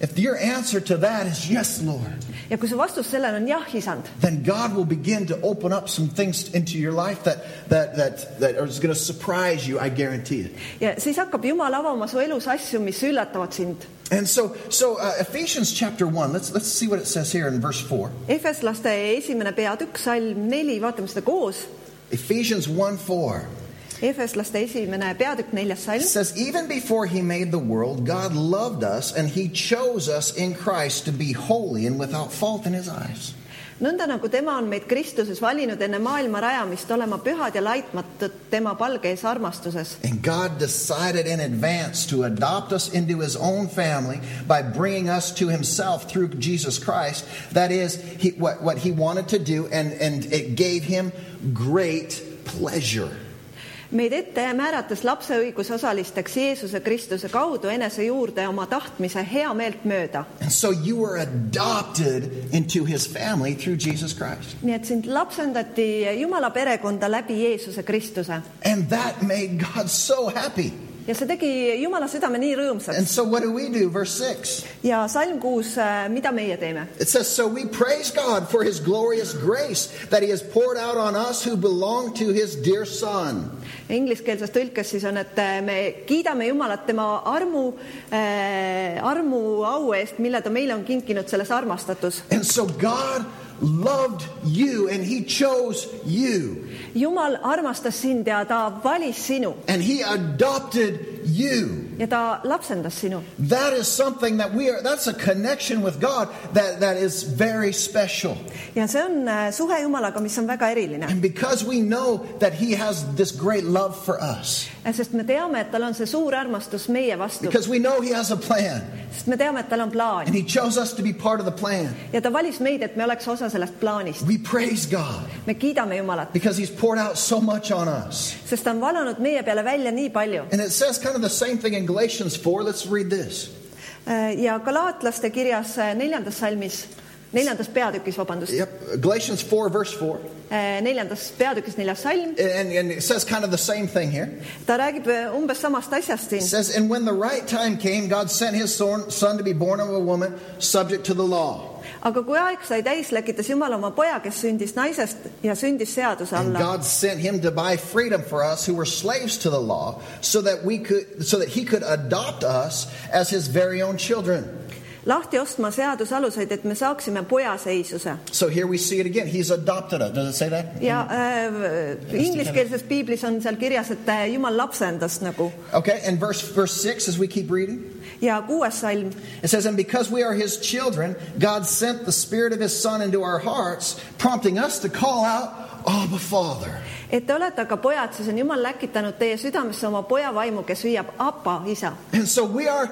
Speaker 1: If your answer to that is yes, Lord,
Speaker 2: ja kui su vastus sellele on jah , isand ,
Speaker 1: then God will begin to open up some things into your life that, that, that, that is going to surprise you, I guarantee it.
Speaker 2: ja siis hakkab Jumal avama su elus asju , mis üllatavad sind .
Speaker 1: And so, so uh, Ephesians chapter 1, let's, let's see what it says here in verse 4.
Speaker 2: Efeslaste esimene peatükk , salm neli , vaatame seda koos .
Speaker 1: Ephesians 1 4
Speaker 2: Efeslaste esimene peatükk , neljas
Speaker 1: It
Speaker 2: salm .
Speaker 1: says, Even before he made the world, God loved us and he chose us in Christ to be holy and without fault in his eyes.
Speaker 2: nõnda nagu tema on meid Kristuses valinud enne maailma rajamist olema pühad ja laitmatud tema palge ees armastuses
Speaker 1: And God decided in advance to adopt us into his own family by bringing us to himself through Jesus Christ. That is he, what, what he wanted to do, and, and it gave him great pleasure.
Speaker 2: meid ette määrates lapse õigusosalisteks Jeesuse Kristuse kaudu enese juurde oma tahtmise hea meelt mööda .
Speaker 1: And so you were adopted into his family through Jesus Christ.
Speaker 2: nii et sind lapsendati Jumala perekonda läbi Jeesuse Kristuse
Speaker 1: And that made God so happy.
Speaker 2: ja see tegi Jumala südame nii
Speaker 1: And
Speaker 2: rõõmsaks
Speaker 1: so what do we do? Verse 6.
Speaker 2: ja salm kuus , mida meie teeme ?
Speaker 1: It says, So we praise God for his glorious grace that he has poured out on us who belong to his dear son.
Speaker 2: Ingliskeelses tõlkes siis on , et äh, me kiidame Jumalat tema armu äh, , armu au eest , mille ta meile on kinkinud selles armastatus .
Speaker 1: And so God loved you and he chose you
Speaker 2: Jumal armastas sind ja ta valis sinu
Speaker 1: and he adopted you.
Speaker 2: ja ta lapsendas sinu .
Speaker 1: That is something that we are, that's a connection with God that, that is very special.
Speaker 2: ja see on äh, suhe Jumalaga , mis on väga eriline ,
Speaker 1: And because we know that he has this great love for us,
Speaker 2: sest me teame , et tal on see suur armastus meie vastu ,
Speaker 1: because we know he has a plan
Speaker 2: sest me teame , et tal on plaan
Speaker 1: and he chose us to be part of the plan,
Speaker 2: ja ta valis meid , et me oleks osa sellest plaanist .
Speaker 1: we praise God
Speaker 2: me kiidame Jumalat ,
Speaker 1: because he's poured out so much on us.
Speaker 2: sest ta on valanud meie peale välja nii palju .
Speaker 1: And it says kind of the same thing in Galatians 4. Let's read this.
Speaker 2: Äh, ja Galaatlaste kirjas äh, neljandas salmis , neljandas peatükis , vabandust ,
Speaker 1: Yep, Galatians 4, verse 4.
Speaker 2: neljandas peatükis neljas salm ,
Speaker 1: And, and it says kind of the same thing here.
Speaker 2: ta räägib äh, umbes samast asjast
Speaker 1: It
Speaker 2: siin .
Speaker 1: says, And when the right time came, God sent his son, son to be born of a woman subject to the law.
Speaker 2: aga kui aeg sai täis , läkitas Jumal oma poja , kes sündis naisest ja sündis seaduse
Speaker 1: And
Speaker 2: alla
Speaker 1: God sent him to buy freedom for us who were slaves to the law, so that we could so that he could adopt us as his very own children.
Speaker 2: lahti ostma seaduse aluseid , et me saaksime pojaseisuse
Speaker 1: So here we see it again. He's adopted us. Does it say that?
Speaker 2: ja äh, ingliskeelses piiblis on seal kirjas , et äh, Jumal lapsendas nagu
Speaker 1: Okay, and verse verse six as we keep reading.
Speaker 2: ja kuues salm
Speaker 1: It says, And because we are his children, God sent the spirit of his son into our hearts, prompting us to call out, Abba Father.
Speaker 2: et te olete aga pojad , siis on Jumal läkitanud teie südamesse oma poja vaimu , kes hüüab apa , isa .
Speaker 1: And so we are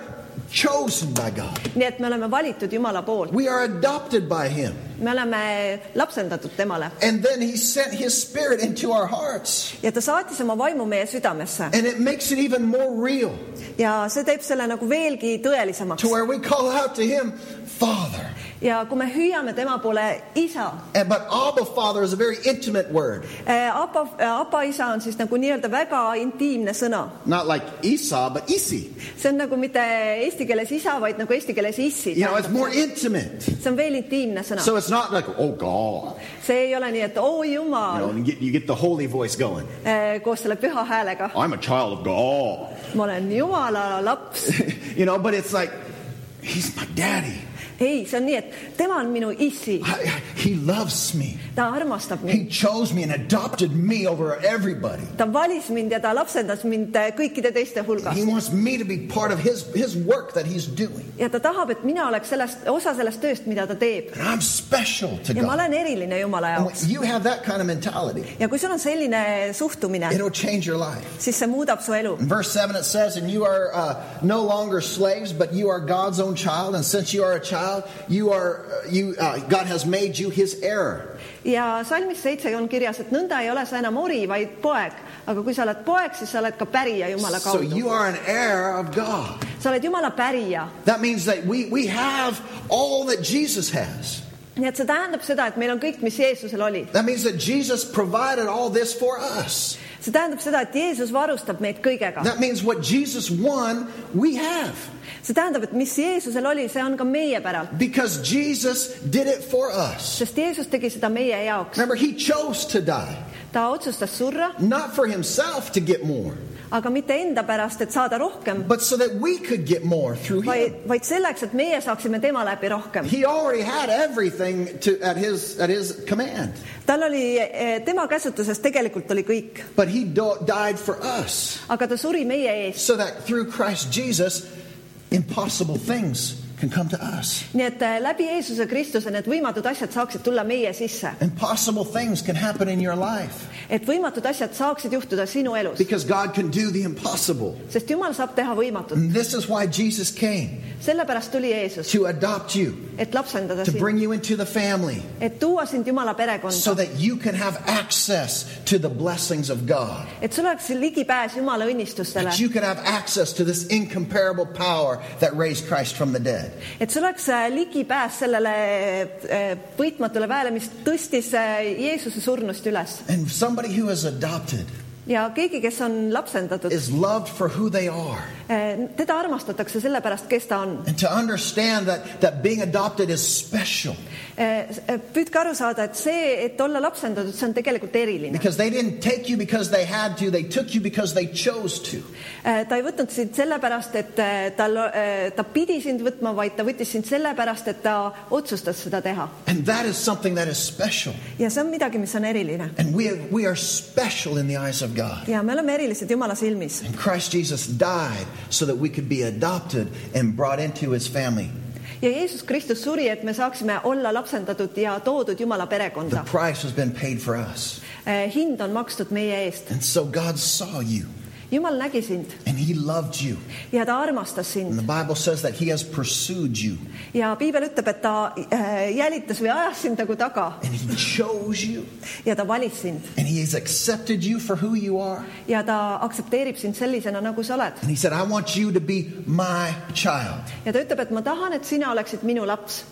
Speaker 1: chosen by God.
Speaker 2: nii et me oleme valitud Jumala poolt ,
Speaker 1: We are adopted by him.
Speaker 2: me oleme lapsendatud temale
Speaker 1: And then he sent his spirit into our hearts.
Speaker 2: ja ta saatis oma vaimu meie südamesse
Speaker 1: And it makes it even more real
Speaker 2: ja see teeb selle nagu veelgi tõelisemaks
Speaker 1: to where we call out to him, Father.
Speaker 2: ja kui me hüüame tema poole isa ,
Speaker 1: And but Abba Father is a very intimate word.
Speaker 2: Eh, apa , apa isa on siis nagu nii-öelda väga intiimne sõna ,
Speaker 1: Not like Esau, but Isi.
Speaker 2: see on nagu mitte eesti keeles isa , vaid nagu eesti keeles issi .
Speaker 1: You know, it's more intimate.
Speaker 2: see on veel intiimne sõna ,
Speaker 1: So it's not like, oh God.
Speaker 2: see ei ole nii , et oo
Speaker 1: You know,
Speaker 2: jumal
Speaker 1: you get, you get the holy voice going.
Speaker 2: eh, koos selle püha häälega ,
Speaker 1: I'm a child of God.
Speaker 2: ma olen jumala laps
Speaker 1: you know, but it's like, he's my daddy.
Speaker 2: ei , see on nii , et tema on minu isi ,
Speaker 1: I, he loves me.
Speaker 2: ta armastab mind ,
Speaker 1: He chose me and adopted me over everybody.
Speaker 2: ta valis mind ja ta lapsendas mind eh, kõikide teiste hulgas
Speaker 1: He wants me to be part of his, his work that he's doing.
Speaker 2: ja ta tahab , et mina oleks sellest , osa sellest tööst , mida ta teeb
Speaker 1: And I'm special to
Speaker 2: ja ma
Speaker 1: God.
Speaker 2: olen eriline Jumala
Speaker 1: And when
Speaker 2: jaoks
Speaker 1: you have that kind of mentality,
Speaker 2: ja kui sul on selline suhtumine ,
Speaker 1: it'll change your life.
Speaker 2: siis see muudab su elu .
Speaker 1: In verse 7, it says, And you are uh, no longer slaves, but you are God's own child. And since you are a child, you are, you, uh, God has made you his heir.
Speaker 2: ja salmis seitse on kirjas , et nõnda ei ole sa enam ori , vaid poeg , aga kui sa oled poeg , siis sa oled ka pärija Jumala
Speaker 1: So you
Speaker 2: kaudu .
Speaker 1: are an heir of God.
Speaker 2: sa oled Jumala pärija ,
Speaker 1: That means that we, we have all that Jesus has.
Speaker 2: nii et see tähendab seda , et meil on kõik , mis Jeesusel oli .
Speaker 1: That means that Jesus provided all this for us.
Speaker 2: see tähendab seda , et Jeesus varustab meid kõigega .
Speaker 1: That means what Jesus won, we have.
Speaker 2: see tähendab , et mis Jeesusel oli , see on ka meie päralt ,
Speaker 1: Because Jesus did it for us.
Speaker 2: sest Jeesus tegi seda meie jaoks .
Speaker 1: Remember, he chose to die,
Speaker 2: ta otsustas surra ,
Speaker 1: not for himself to get more,
Speaker 2: aga mitte enda pärast , et saada rohkem ,
Speaker 1: but so that we could get more through
Speaker 2: vaid
Speaker 1: him. ,
Speaker 2: vaid selleks , et meie saaksime tema läbi rohkem .
Speaker 1: He already had everything to, at, his, at his command,
Speaker 2: tal oli , tema käsutuses tegelikult oli kõik ,
Speaker 1: but he do- died for us
Speaker 2: aga ta suri meie ees ,
Speaker 1: so that through Christ Jesus, impossible things can come to us.
Speaker 2: nii et eh, läbi Jeesuse Kristuse need võimatud asjad saaksid tulla meie sisse ,
Speaker 1: Impossible things can happen in your life
Speaker 2: et võimatud asjad saaksid juhtuda sinu elus ,
Speaker 1: because God can do the impossible.
Speaker 2: sest Jumal saab teha võimatut .
Speaker 1: And this is why Jesus came
Speaker 2: sellepärast tuli Jeesus ,
Speaker 1: to adopt you,
Speaker 2: et lapsendada
Speaker 1: to
Speaker 2: sind ,
Speaker 1: bring you into the family,
Speaker 2: et tuua sind Jumala
Speaker 1: so
Speaker 2: perekonda ,
Speaker 1: that you can have access to the blessings of God,
Speaker 2: et sul oleks ligipääs Jumala õnnistustele
Speaker 1: that you can have access to this incomparable power that raised Christ from the dead.
Speaker 2: et see oleks äh, ligipääs sellele äh, võitmatule väele , mis tõstis äh, Jeesuse surnust üles
Speaker 1: And somebody who is adopted
Speaker 2: ja keegi , kes on lapsendatud ,
Speaker 1: is loved for who they are.
Speaker 2: teda armastatakse selle pärast , kes ta on .
Speaker 1: And to understand that, that being adopted is special
Speaker 2: Äh, püüdke aru saada , et see , et olla lapsendatud , see on tegelikult eriline .
Speaker 1: because they didn't take you because they had to, they took you because they chose to.
Speaker 2: Äh, ta ei võtnud sind sellepärast , et äh, tal , ta pidi sind võtma , vaid ta võttis sind sellepärast , et ta otsustas seda teha
Speaker 1: And that is something that is special.
Speaker 2: ja see on midagi , mis on eriline
Speaker 1: And we, we are special in the eyes of God.
Speaker 2: ja me oleme erilised Jumala silmis
Speaker 1: And Christ Jesus died so that we could be adopted and brought into his family.
Speaker 2: ja Jeesus Kristus suri , et me saaksime olla lapsendatud ja toodud Jumala
Speaker 1: The
Speaker 2: perekonda .
Speaker 1: price has been paid for us.
Speaker 2: hind on makstud meie eest .
Speaker 1: And so God saw you
Speaker 2: Jumal nägi sind
Speaker 1: and he loved you.
Speaker 2: ja ta armastas
Speaker 1: And
Speaker 2: sind
Speaker 1: the Bible says that he has pursued you
Speaker 2: ja piibel ütleb , et ta äh, jälitas või ajas sind nagu taga
Speaker 1: and he chose you
Speaker 2: ja ta valis sind
Speaker 1: and he has accepted you for who you are.
Speaker 2: ja ta aktsepteerib sind sellisena , nagu sa oled
Speaker 1: And he said, I want you to be my child.
Speaker 2: ja ta ütleb , et ma tahan , et sina oleksid minu laps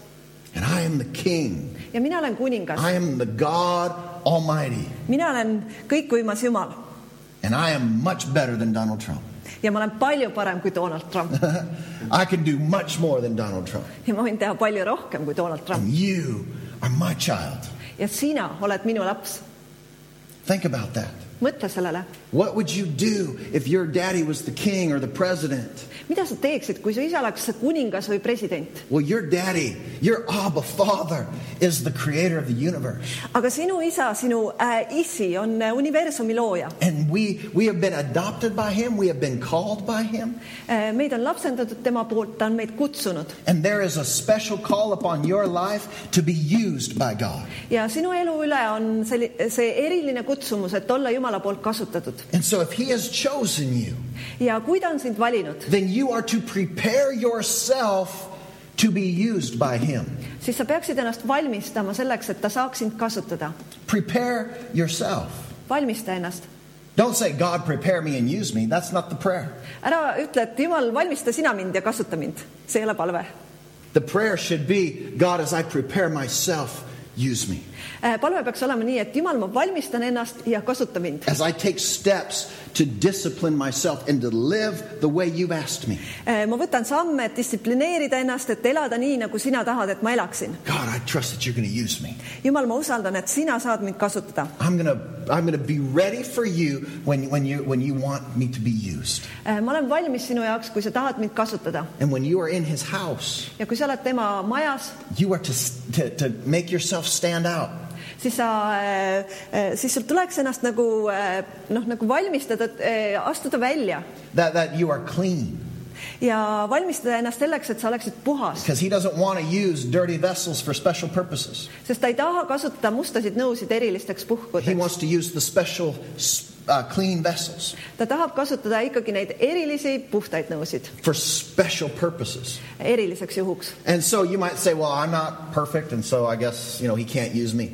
Speaker 1: And I am the king.
Speaker 2: ja mina olen kuningas ,
Speaker 1: I am the God Almighty.
Speaker 2: mina olen kõikvõimas Jumal
Speaker 1: And I am much better than Donald Trump.
Speaker 2: ja ma olen palju parem kui Donald Trump
Speaker 1: I can do much more than Donald Trump.
Speaker 2: ja ma võin teha palju rohkem kui Donald Trump
Speaker 1: And you are my child.
Speaker 2: ja sina oled minu laps .
Speaker 1: Think about that.
Speaker 2: mõtle sellele
Speaker 1: What would you do if your daddy was the king or the president?
Speaker 2: mida sa teeksid , kui su isa oleks kuningas või president ,
Speaker 1: Well, your daddy, your Abba Father, is the creator of the universe.
Speaker 2: aga sinu isa , sinu äh, isi on äh, universumi looja
Speaker 1: And we, we have been adopted by him, we have been called by him.
Speaker 2: äh, . meid on lapsendatud tema poolt , ta on meid kutsunud
Speaker 1: And there is a special call upon your life to be used by God.
Speaker 2: ja sinu elu üle on selli- , see eriline kutsumus , et olla Jumala poolt kasutatud
Speaker 1: And so, if he has chosen you,
Speaker 2: ja kui ta on sind valinud ,
Speaker 1: then you are to prepare yourself to be used by him.
Speaker 2: siis sa peaksid ennast valmistama selleks , et ta saaks sind kasutada .
Speaker 1: Prepare yourself.
Speaker 2: valmista ennast ,
Speaker 1: Don't say, God, prepare me and use me. That's not the prayer.
Speaker 2: ära ütle , et Jumal , valmista sina mind ja kasuta mind , see ei ole palve .
Speaker 1: The prayer should be, God, as I prepare myself, use me.
Speaker 2: Äh, palve peaks olema nii , et Jumal , ma valmistan ennast ja kasuta mind .
Speaker 1: As I take steps to discipline myself and to live the way you've asked me.
Speaker 2: Äh, ma võtan samme , et distsiplineerida ennast , et elada nii , nagu sina tahad , et ma elaksin .
Speaker 1: God, I trust that you're going to use me.
Speaker 2: jumal , ma usaldan , et sina saad mind kasutada .
Speaker 1: I'm going to I'm going to be ready for you when, when you when you want me to be used.
Speaker 2: Äh, ma olen valmis sinu jaoks , kui sa tahad mind kasutada
Speaker 1: And when you are in His house,
Speaker 2: ja kui sa oled tema majas ,
Speaker 1: you are to to, to make yourself stand out.
Speaker 2: siis sa , siis sul tuleks ennast nagu eh, noh , nagu valmistada , astuda välja
Speaker 1: That that you are clean,
Speaker 2: ja valmistada ennast selleks , et sa oleksid puhas ,
Speaker 1: because He doesn't want to use dirty vessels for special purposes.
Speaker 2: sest ta ei taha kasutada mustasid nõusid erilisteks
Speaker 1: He
Speaker 2: puhkudeks .
Speaker 1: wants to use the special, uh, clean vessels
Speaker 2: ta tahab kasutada ikkagi neid erilisi puhtaid nõusid
Speaker 1: for special purposes.
Speaker 2: eriliseks juhuks .
Speaker 1: And so you might say, well, I'm not perfect, and so I guess you know He can't use me.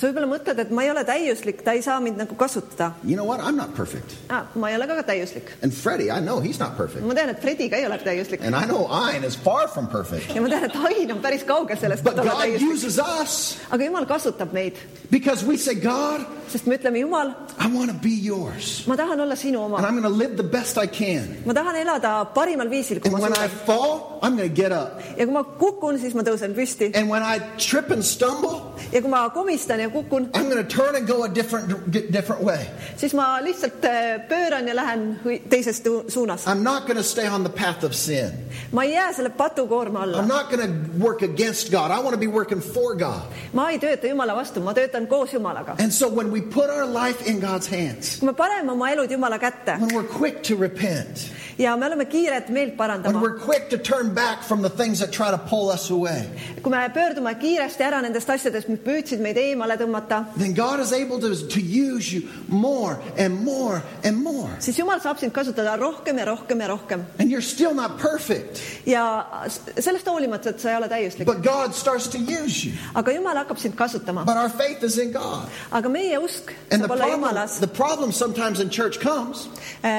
Speaker 2: sa võib-olla mõtled , et ma ei ole täiuslik , ta ei saa mind nagu kasutada
Speaker 1: You know what? I'm not perfect.
Speaker 2: ah, . ma ei ole ka täiuslik .
Speaker 1: And Freddie, I know he's not perfect.
Speaker 2: ma tean , et Fredi ka ei ole täiuslik
Speaker 1: And I know Ayn is far from perfect.
Speaker 2: ja ma tean , et Ain on päris kaugel sellest ,
Speaker 1: But
Speaker 2: et olla
Speaker 1: God
Speaker 2: täiuslik .
Speaker 1: uses us
Speaker 2: aga Jumal kasutab meid ,
Speaker 1: because we say, God,
Speaker 2: sest me ütleme , Jumal ,
Speaker 1: I want to be yours.
Speaker 2: ma tahan olla sinu oma
Speaker 1: And I'm going to live the best I can.
Speaker 2: ma tahan elada parimal viisil , kui
Speaker 1: And
Speaker 2: ma
Speaker 1: when I
Speaker 2: suudan
Speaker 1: fall, I'm going to get up.
Speaker 2: ja kui ma kukun , siis ma tõusen püsti
Speaker 1: And when I trip and stumble,
Speaker 2: ja kui ma komistan ja kukun ,
Speaker 1: I'm going to turn and go a different, di- different way.
Speaker 2: siis ma lihtsalt eh, pööran ja lähen hui- teises tu- suunas .
Speaker 1: I'm not going to stay on the path of sin.
Speaker 2: ma ei jää selle patukoorma alla
Speaker 1: I'm , not going to work against God. I want to be working for God.
Speaker 2: ma ei tööta Jumala vastu , ma töötan koos Jumalaga .
Speaker 1: And so when we put our life in God's hands,
Speaker 2: kui me paneme oma elud Jumala kätte
Speaker 1: when we're quick to repent,
Speaker 2: ja me oleme kiired
Speaker 1: when
Speaker 2: meelt parandama ,
Speaker 1: we're quick to turn back from the things that try to pull us away,
Speaker 2: kui me pöördume kiiresti ära nendest asjadest , mis püüdsid meid eemale tõmmata ,
Speaker 1: then God is able to, to use you more and more and more.
Speaker 2: siis Jumal saab sind kasutada rohkem ja rohkem ja rohkem
Speaker 1: And you're still not perfect,
Speaker 2: ja s- sellest hoolimata , et sa ei ole täiuslik ,
Speaker 1: but God starts to use you.
Speaker 2: aga Jumal hakkab sind kasutama .
Speaker 1: But our faith is in God.
Speaker 2: aga meie usk
Speaker 1: And the
Speaker 2: saab olla
Speaker 1: problem,
Speaker 2: Jumalas .
Speaker 1: the problem sometimes in church comes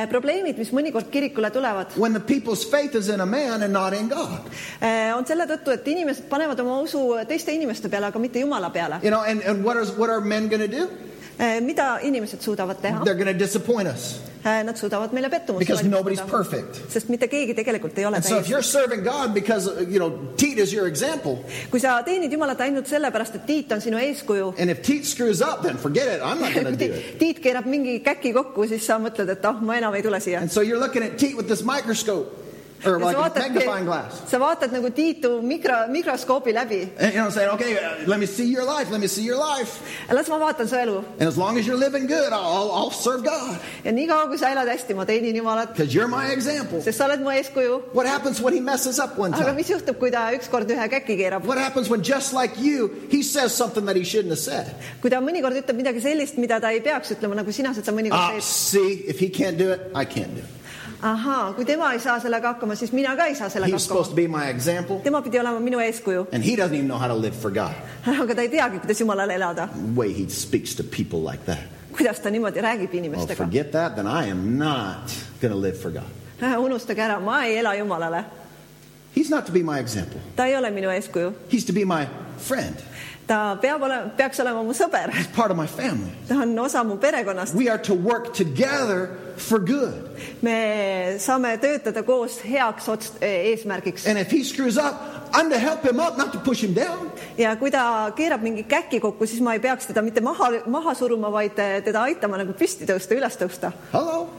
Speaker 2: probleemid , mis mõnikord kirikule tulevad ,
Speaker 1: when the people's faith is in a man and not in God.
Speaker 2: äh, on selle tõttu , et inimesed panevad oma usu teiste inimeste peale , aga mitte Jumala peale .
Speaker 1: You know, and, and what, is, what are men going to do?
Speaker 2: mida inimesed suudavad teha ?
Speaker 1: They're going to disappoint us
Speaker 2: Nad suudavad meile pettumust
Speaker 1: because nobody's
Speaker 2: valmistada ,
Speaker 1: perfect.
Speaker 2: sest mitte keegi tegelikult ei ole
Speaker 1: And so if
Speaker 2: täis .
Speaker 1: you're serving God because, uh, you know, Teet is your example,
Speaker 2: kui sa teenid Jumalat ainult sellepärast , et Tiit on sinu eeskuju ,
Speaker 1: and if Teet screws up, then forget it. I'm not going to do
Speaker 2: kui Ti-
Speaker 1: it.
Speaker 2: Tiit keerab mingi käki kokku , siis sa mõtled , et ah , ma enam ei tule siia
Speaker 1: And . so you're looking at Teet with this microscope or
Speaker 2: sa
Speaker 1: like a magnifying
Speaker 2: vaatad
Speaker 1: glass. ,
Speaker 2: sa vaatad nagu Tiitu mikro , mikroskoobi läbi .
Speaker 1: And you know, saying, okay, uh, let me see your life, let me see your life.
Speaker 2: las ma vaatan su elu
Speaker 1: And as long as you're living good, I'll, I'll, I'll serve God
Speaker 2: ja niikaua , kui sa elad hästi , ma teenin Jumalat .
Speaker 1: because you're my example.
Speaker 2: sest sa oled mu eeskuju .
Speaker 1: What happens when he messes up one
Speaker 2: aga
Speaker 1: time?
Speaker 2: mis juhtub , kui ta ükskord ühe käki keerab ,
Speaker 1: What happens when, just like you, he says something that he shouldn't have said?
Speaker 2: kui ta mõnikord ütleb midagi sellist , mida ta ei peaks ütlema , nagu sina seda mõnikord
Speaker 1: Ah,
Speaker 2: teed .
Speaker 1: see, if he can't do it, I can't do it.
Speaker 2: ahaa , kui tema ei saa sellega hakkama , siis mina ka ei saa
Speaker 1: He
Speaker 2: sellega
Speaker 1: was supposed to
Speaker 2: hakkama .
Speaker 1: be my example,
Speaker 2: tema pidi olema minu eeskuju ,
Speaker 1: and he doesn't even know how to live for God.
Speaker 2: aga ta ei teagi , kuidas Jumalale elada ,
Speaker 1: The way he speaks to people like that.
Speaker 2: kuidas ta niimoodi räägib
Speaker 1: Well,
Speaker 2: inimestega .
Speaker 1: Oh, forget that, then I am not going to live for God.
Speaker 2: unustage ära , ma ei ela Jumalale ,
Speaker 1: He's not to be my example,
Speaker 2: ta ei ole minu eeskuju ,
Speaker 1: he's to be my friend.
Speaker 2: ta peab olema , peaks olema mu sõber ,
Speaker 1: He's part of my family.
Speaker 2: ta on osa mu perekonnast ,
Speaker 1: We are to work together for good.
Speaker 2: me saame töötada koos heaks ots- , eesmärgiks
Speaker 1: And if he screws up, I'm to help him up, not to push him down.
Speaker 2: ja kui ta keerab mingi käki kokku , siis ma ei peaks teda mitte maha , maha suruma , vaid eh, teda aitama nagu püsti tõusta , üles tõusta .
Speaker 1: Hello?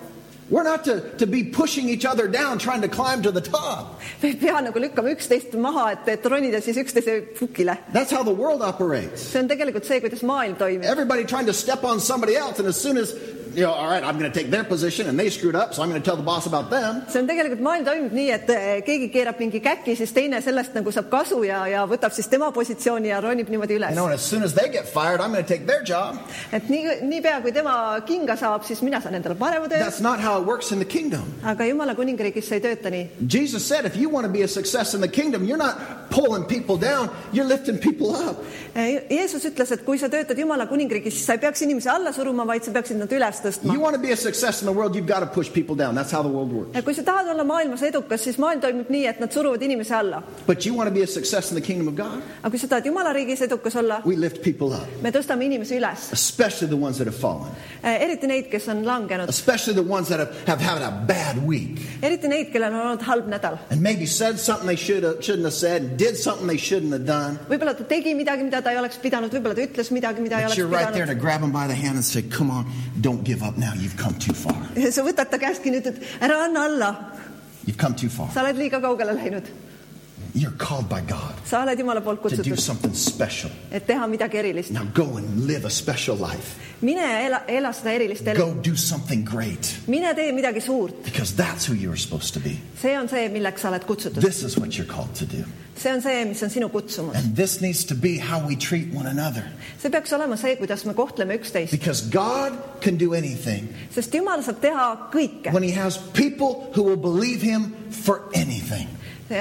Speaker 1: We're not to, to be pushing each other down, trying to climb to the top.
Speaker 2: me ei pea nagu lükkama üksteist maha , et , et ronida siis üksteise pukile .
Speaker 1: That's how the world operates.
Speaker 2: see on tegelikult see , kuidas maailm toimib .
Speaker 1: Everybody trying to step on somebody else, and as soon as, you know, all right, I'm going to take their position, and they screwed up, so I'm going to tell the boss about them.
Speaker 2: see on tegelikult , maailm toimib nii , et eh, keegi keerab mingi käki , siis teine sellest nagu saab kasu ja , ja võtab siis tema positsiooni ja ronib niimoodi
Speaker 1: You
Speaker 2: üles
Speaker 1: know, and as soon as they get fired, I'm going to take their job.
Speaker 2: et nii , niipea kui tema kinga saab , siis mina saan endale parema töö ,
Speaker 1: That's not how it works in the kingdom.
Speaker 2: aga jumala kuningriigis see ei tööta nii .
Speaker 1: Jesus said, if you want to be a success in the kingdom, you're not pulling people down, you're lifting people up.
Speaker 2: Eh, Jeesus ütles , et kui sa töötad Jumala kuningriigis , siis sa ei peaks inimesi alla suruma , vaid sa peaksid nad üles tõstma
Speaker 1: You want to be a success in the world, you've got to push people down. That's how the world works.
Speaker 2: ja Eh, kui sa tahad olla maailmas edukas , siis maailm toimib nii , et nad suruvad inimese alla .
Speaker 1: But you want to be a success in the kingdom of God,
Speaker 2: aga kui sa tahad Jumala riigis edukas olla ,
Speaker 1: we lift people up,
Speaker 2: me tõstame inimesi üles ,
Speaker 1: especially the ones that have fallen,
Speaker 2: eriti neid , kes on langenud ,
Speaker 1: especially the ones that have, have had a bad week
Speaker 2: eriti neid , kellel on olnud halb nädal .
Speaker 1: and maybe said something they should have, shouldn't have said and did something they shouldn't have done.
Speaker 2: võib-olla ta tegi midagi , mida ta ei oleks pidanud , võib-olla ta ütles midagi , mida ei
Speaker 1: But
Speaker 2: oleks
Speaker 1: you're right there
Speaker 2: pidanud
Speaker 1: to grab them by the hand and say, Come on, don't give up now. You've come too far.
Speaker 2: ja sa võtad ta käestki nüüd , et ära anna alla ,
Speaker 1: You've come too far.
Speaker 2: sa oled liiga kaugele läinud ,
Speaker 1: You're called by God
Speaker 2: sa oled Jumala poolt
Speaker 1: to do
Speaker 2: kutsutud ,
Speaker 1: something special.
Speaker 2: et teha midagi erilist .
Speaker 1: Now go and live a special life.
Speaker 2: mine ela , ela seda erilist elu ,
Speaker 1: Go do something great
Speaker 2: mine tee midagi suurt ,
Speaker 1: because that's who you're supposed to be.
Speaker 2: see on see , milleks sa oled kutsutud ,
Speaker 1: This is what you're called to do.
Speaker 2: see on see , mis on sinu kutsumus .
Speaker 1: And this needs to be how we treat one another
Speaker 2: see peaks olema see , kuidas me kohtleme üksteist ,
Speaker 1: because God can do anything
Speaker 2: sest Jumal saab teha kõike ,
Speaker 1: when He has people who will believe Him for anything.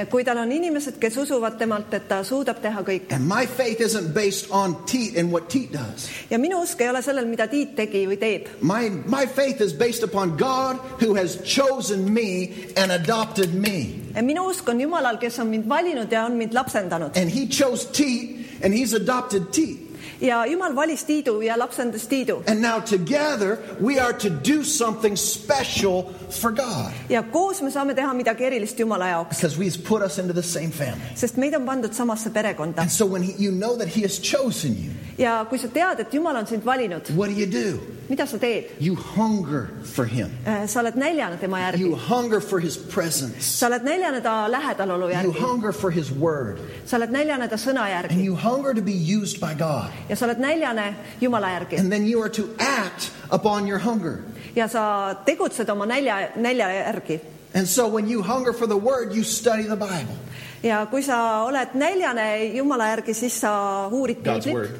Speaker 2: kui tal on inimesed , kes usuvad temalt , et ta suudab teha kõike
Speaker 1: And my faith isn't based on Teet and what Teet does.
Speaker 2: ja minu usk ei ole sellel , mida Tiit tegi või teeb
Speaker 1: My, my faith is based upon God who has chosen me and adopted me.
Speaker 2: minu usk on Jumalal , kes on mind valinud ja on mind lapsendanud
Speaker 1: And He chose Teet and He's adopted Teet.
Speaker 2: ja Jumal valis Tiidu ja lapsendas Tiidu
Speaker 1: And now together we are to do something special for God
Speaker 2: ja koos me saame teha midagi erilist Jumala jaoks ,
Speaker 1: because He's put us into the same family.
Speaker 2: sest meid on pandud samasse perekonda
Speaker 1: And so when he, you know that He has chosen you,
Speaker 2: ja kui sa tead , et Jumal on sind valinud ,
Speaker 1: what do you do?
Speaker 2: mida sa teed ?
Speaker 1: You hunger for Him.
Speaker 2: sa oled näljane tema järgi ,
Speaker 1: You hunger for His presence.
Speaker 2: sa oled näljane ta lähedalolu
Speaker 1: You
Speaker 2: järgi ,
Speaker 1: hunger for His word.
Speaker 2: sa oled näljane ta sõna
Speaker 1: And
Speaker 2: järgi
Speaker 1: you hunger to be used by God.
Speaker 2: ja sa oled näljane Jumala järgi
Speaker 1: And then you are to act upon your hunger.
Speaker 2: ja sa tegutsed oma nälja , nälja järgi
Speaker 1: And so when you hunger for the word, you study the Bible.
Speaker 2: ja kui sa oled näljane Jumala järgi , siis sa uurid piiblit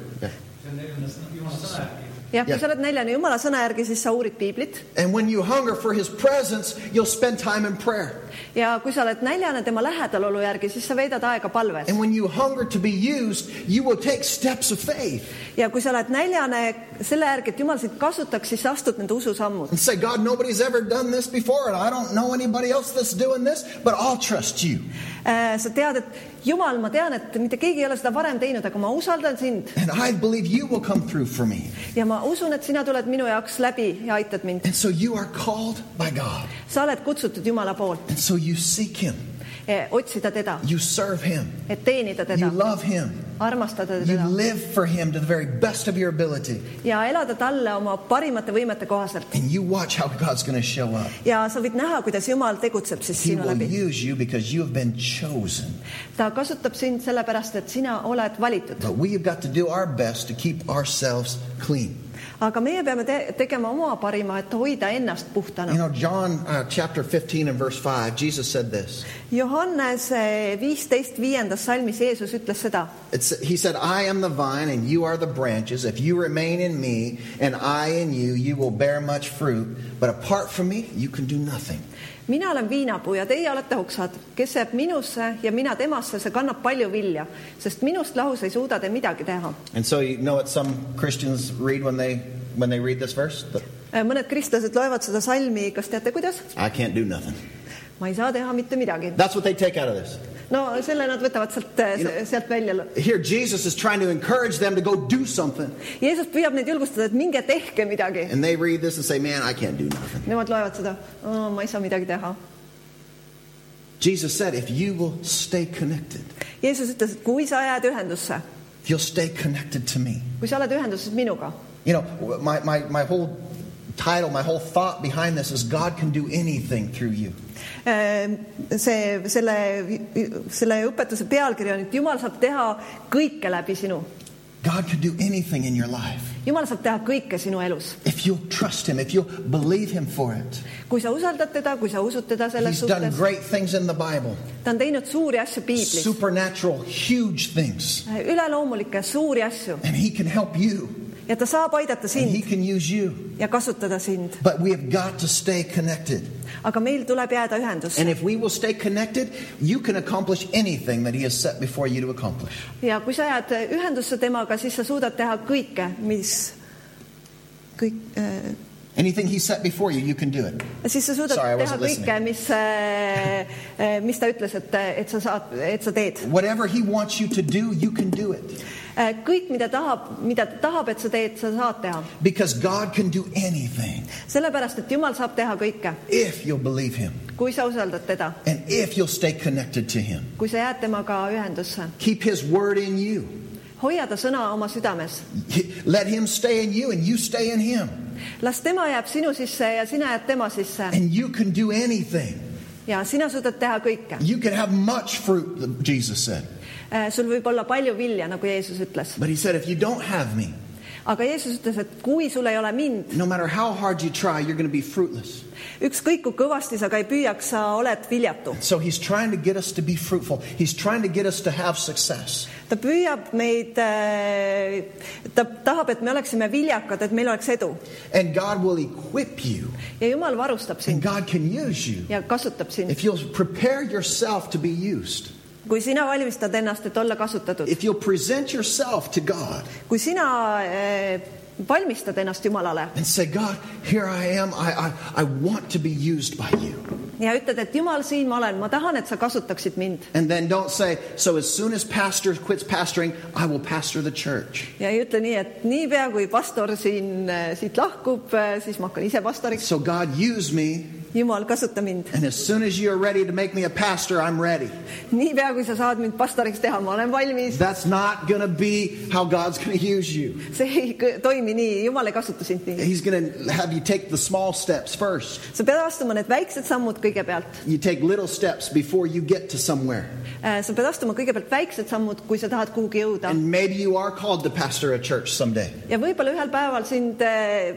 Speaker 1: Yeah.
Speaker 3: see on neljanda sõna , jumala sõna järgi .
Speaker 1: Jah.
Speaker 2: jah , kui sa oled näljane Jumala sõna järgi , siis sa uurid piiblit
Speaker 1: And when you hunger for His presence, you'll spend time in prayer.
Speaker 2: ja kui sa oled näljane tema lähedalolu järgi , siis sa veedad aega palves
Speaker 1: And when you hunger to be used, you will take steps of faith
Speaker 2: ja kui sa oled näljane selle järgi , et Jumal sind kasutaks , siis sa astud nende ususammud
Speaker 1: and say, God, nobody's ever done this before, and I don't know anybody else that's doing this, but I'll trust you.
Speaker 2: äh, . sa tead , et Jumal , ma tean , et mitte keegi ei ole seda varem teinud , aga ma usaldan sind
Speaker 1: And I believe you will come through for me.
Speaker 2: ja ma usun , et sina tuled minu jaoks läbi ja aitad mind .
Speaker 1: And so you are called by God.
Speaker 2: sa oled kutsutud Jumala poolt
Speaker 1: And so you seek Him,
Speaker 2: eh, otsida teda ,
Speaker 1: you serve Him,
Speaker 2: et teenida
Speaker 1: you
Speaker 2: teda ,
Speaker 1: love Him,
Speaker 2: armastada
Speaker 1: you
Speaker 2: teda
Speaker 1: live for Him to the very best of your ability.
Speaker 2: ja elada talle oma parimate võimete kohaselt
Speaker 1: And you watch how God's going to show up.
Speaker 2: ja sa võid näha , kuidas Jumal tegutseb siis
Speaker 1: He
Speaker 2: sinu
Speaker 1: will
Speaker 2: läbi .
Speaker 1: use you because you have been chosen.
Speaker 2: ta kasutab sind sellepärast , et sina oled valitud ,
Speaker 1: But we've got to do our best to keep ourselves clean.
Speaker 2: aga meie peame te tegema oma parima , et hoida ennast
Speaker 1: You
Speaker 2: puhtana .
Speaker 1: know, John uh, chapter 15 and verse 5, Jesus said this.
Speaker 2: Johannes viisteist viiendas salmis Jeesus ütles seda ,
Speaker 1: It's, he said, I am the vine and you are the branches. If you remain in me and I in you, you will bear much fruit. But apart from me, you can do nothing.
Speaker 2: mina olen viinapuu ja teie olete oksad , kes jääb minusse ja mina temasse , see kannab palju vilja , sest minust lahus ei suuda te midagi teha .
Speaker 1: And so, you know what some Christians read when they, when they read this verse? That
Speaker 2: Äh, mõned kristlased loevad seda salmi , kas teate , kuidas ?
Speaker 1: I can't do nothing.
Speaker 2: ma ei saa teha mitte midagi .
Speaker 1: That's what they take out of this.
Speaker 2: no selle nad võtavad sealt , sealt välja .
Speaker 1: Here, Jesus is trying to encourage them to go do something.
Speaker 2: Jeesus püüab neid julgustada , et minge tehke midagi .
Speaker 1: And they read this and say, Man, I can't do nothing.
Speaker 2: Nemad loevad seda , ma ei saa midagi teha .
Speaker 1: Jesus said, If you will stay connected,
Speaker 2: Jeesus ütles , et kui sa jääd ühendusse ,
Speaker 1: if you'll stay connected to me,
Speaker 2: kui sa oled ühenduses minuga ,
Speaker 1: You know, my, my, my whole title, my whole thought behind this is God can do anything through you.
Speaker 2: Ehm, see , selle , selle õpetuse pealkiri on , et Jumal saab teha kõike läbi sinu .
Speaker 1: God can do anything in your life.
Speaker 2: Jumal saab teha kõike sinu elus .
Speaker 1: If you'll trust Him, if you'll believe Him for it.
Speaker 2: kui sa usaldad teda , kui sa usud teda selles
Speaker 1: He's done
Speaker 2: suhtes ,
Speaker 1: great things in the Bible,
Speaker 2: ta on teinud suuri asju piiblis ,
Speaker 1: supernatural, huge things.
Speaker 2: üleloomulikke suuri asju
Speaker 1: And He can help you,
Speaker 2: ja ta saab aidata
Speaker 1: and He
Speaker 2: sind
Speaker 1: can use you.
Speaker 2: ja kasutada sind ,
Speaker 1: But we have got to stay connected.
Speaker 2: aga meil tuleb jääda ühendusse .
Speaker 1: And if we will stay connected, you can accomplish anything that He has set before you to accomplish.
Speaker 2: ja kui sa jääd ühendusse temaga , siis sa suudad teha kõike , mis kõik äh,
Speaker 1: Anything He set before you, you can do it.
Speaker 2: ja siis sa suudad
Speaker 1: Sorry, I
Speaker 2: Sorry, teha
Speaker 1: wasn't
Speaker 2: kõike ,
Speaker 1: listening.
Speaker 2: mis , mis ta ütles , et , et sa saad , et sa teed .
Speaker 1: Whatever He wants you to do, you can do it.
Speaker 2: kõik , mida tahab , mida ta tahab , et sa teed , sa saad teha ,
Speaker 1: Because God can do anything
Speaker 2: sellepärast et Jumal saab teha kõike ,
Speaker 1: if you'll believe Him
Speaker 2: kui sa usaldad teda ,
Speaker 1: and if you'll stay connected to Him.
Speaker 2: kui sa jääd temaga ühendusse ,
Speaker 1: Keep His word in you.
Speaker 2: hoia ta sõna oma südames ,
Speaker 1: He- Let Him stay in you and you stay in Him.
Speaker 2: las tema jääb sinu sisse ja sina jääd tema sisse
Speaker 1: And you can do anything.
Speaker 2: ja sina suudad teha kõike .
Speaker 1: You can have much fruit, Jesus said.
Speaker 2: sul võib olla palju vilja , nagu Jeesus ütles ,
Speaker 1: But He said, if you don't have me,
Speaker 2: aga Jeesus ütles , et kui sul ei ole mind ,
Speaker 1: no matter how hard you try, you're going to be fruitless.
Speaker 2: ükskõik kui kõvasti sa ka ei püüaks , sa oled viljatu .
Speaker 1: So he's trying to get us to be fruitful. He's trying to get us to have success.
Speaker 2: ta püüab meid , ta tahab , et me oleksime viljakad , et meil oleks edu
Speaker 1: And God will equip you
Speaker 2: ja Jumal varustab
Speaker 1: and
Speaker 2: sind
Speaker 1: God can use you
Speaker 2: ja kasutab sind ,
Speaker 1: if you'll prepare yourself to be used.
Speaker 2: kui sina valmistad ennast , et olla kasutatud ,
Speaker 1: If you'll present yourself to God
Speaker 2: kui sina eh, valmistad ennast Jumalale
Speaker 1: and say, God, here I am. I, I, I want to be used by you.
Speaker 2: ja ütled , et Jumal , siin ma olen , ma tahan , et sa kasutaksid mind
Speaker 1: And then don't say, so as soon as pastor quits pastoring, I will pastor the church.
Speaker 2: ja ei ütle nii , et niipea kui pastor siin eh, siit lahkub , siis ma hakkan ise pastoriks .
Speaker 1: So God, use me.
Speaker 2: Jumal , kasuta mind .
Speaker 1: And as soon as you're ready to make me a pastor, I'm ready.
Speaker 2: niipea kui sa saad mind pastoriks teha , ma olen valmis .
Speaker 1: That's not going to be how God's going to use you.
Speaker 2: see ei kõ- toimi nii , Jumal ei kasuta sind nii .
Speaker 1: He's going to have you take the small steps first.
Speaker 2: sa pead astuma need väiksed sammud kõigepealt .
Speaker 1: You take little steps before you get to somewhere.
Speaker 2: Äh, sa pead astuma kõigepealt väiksed sammud , kui sa tahad kuhugi jõuda
Speaker 1: And maybe you are called to pastor a church someday.
Speaker 2: ja võib-olla ühel päeval sind ,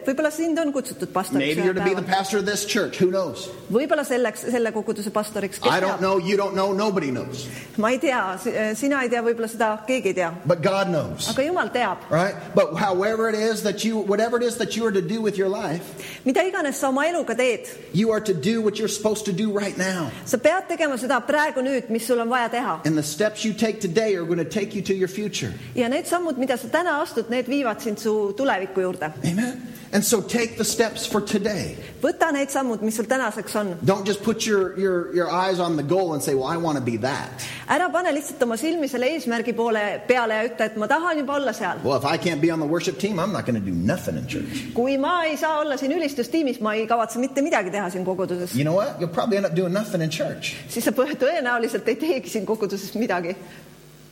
Speaker 2: võib-olla sind on kutsutud pastoriks
Speaker 1: Maybe you're to
Speaker 2: ühel
Speaker 1: be the
Speaker 2: päeval ,
Speaker 1: pastor of this church. Who knows?
Speaker 2: võib-olla selleks , selle koguduse pastoriks , kes
Speaker 1: I don't
Speaker 2: teab ,
Speaker 1: know. You don't know. Nobody knows.
Speaker 2: ma ei tea , sina ei tea , võib-olla seda keegi ei tea ,
Speaker 1: But God knows.
Speaker 2: aga Jumal teab ,
Speaker 1: Right? But however it is that you, whatever it is that you are to do with your life,
Speaker 2: mida iganes sa oma eluga teed ,
Speaker 1: you are to do what you're supposed to do right now.
Speaker 2: sa pead tegema seda praegu nüüd , mis sul on vaja teha
Speaker 1: And the steps you take today are going to take you to your future.
Speaker 2: ja need sammud , mida sa täna astud , need viivad sind su tuleviku juurde .
Speaker 1: Amen? And so take the steps for today.
Speaker 2: võta need sammud , mis sul tänaseks on ,
Speaker 1: Don't just put your, your, your eyes on the goal and say, well, I want to be that.
Speaker 2: ära pane lihtsalt oma silmi selle eesmärgi poole peale ja ütle , et ma tahan juba olla seal .
Speaker 1: Well, if I can't be on the worship team, I'm not going to do nothing in church.
Speaker 2: kui ma ei saa olla siin ülistustiimis , ma ei kavatse mitte midagi teha siin koguduses ,
Speaker 1: You know what? You'll probably end up doing nothing in church.
Speaker 2: siis sa põ- tõenäoliselt ei teegi siin koguduses midagi .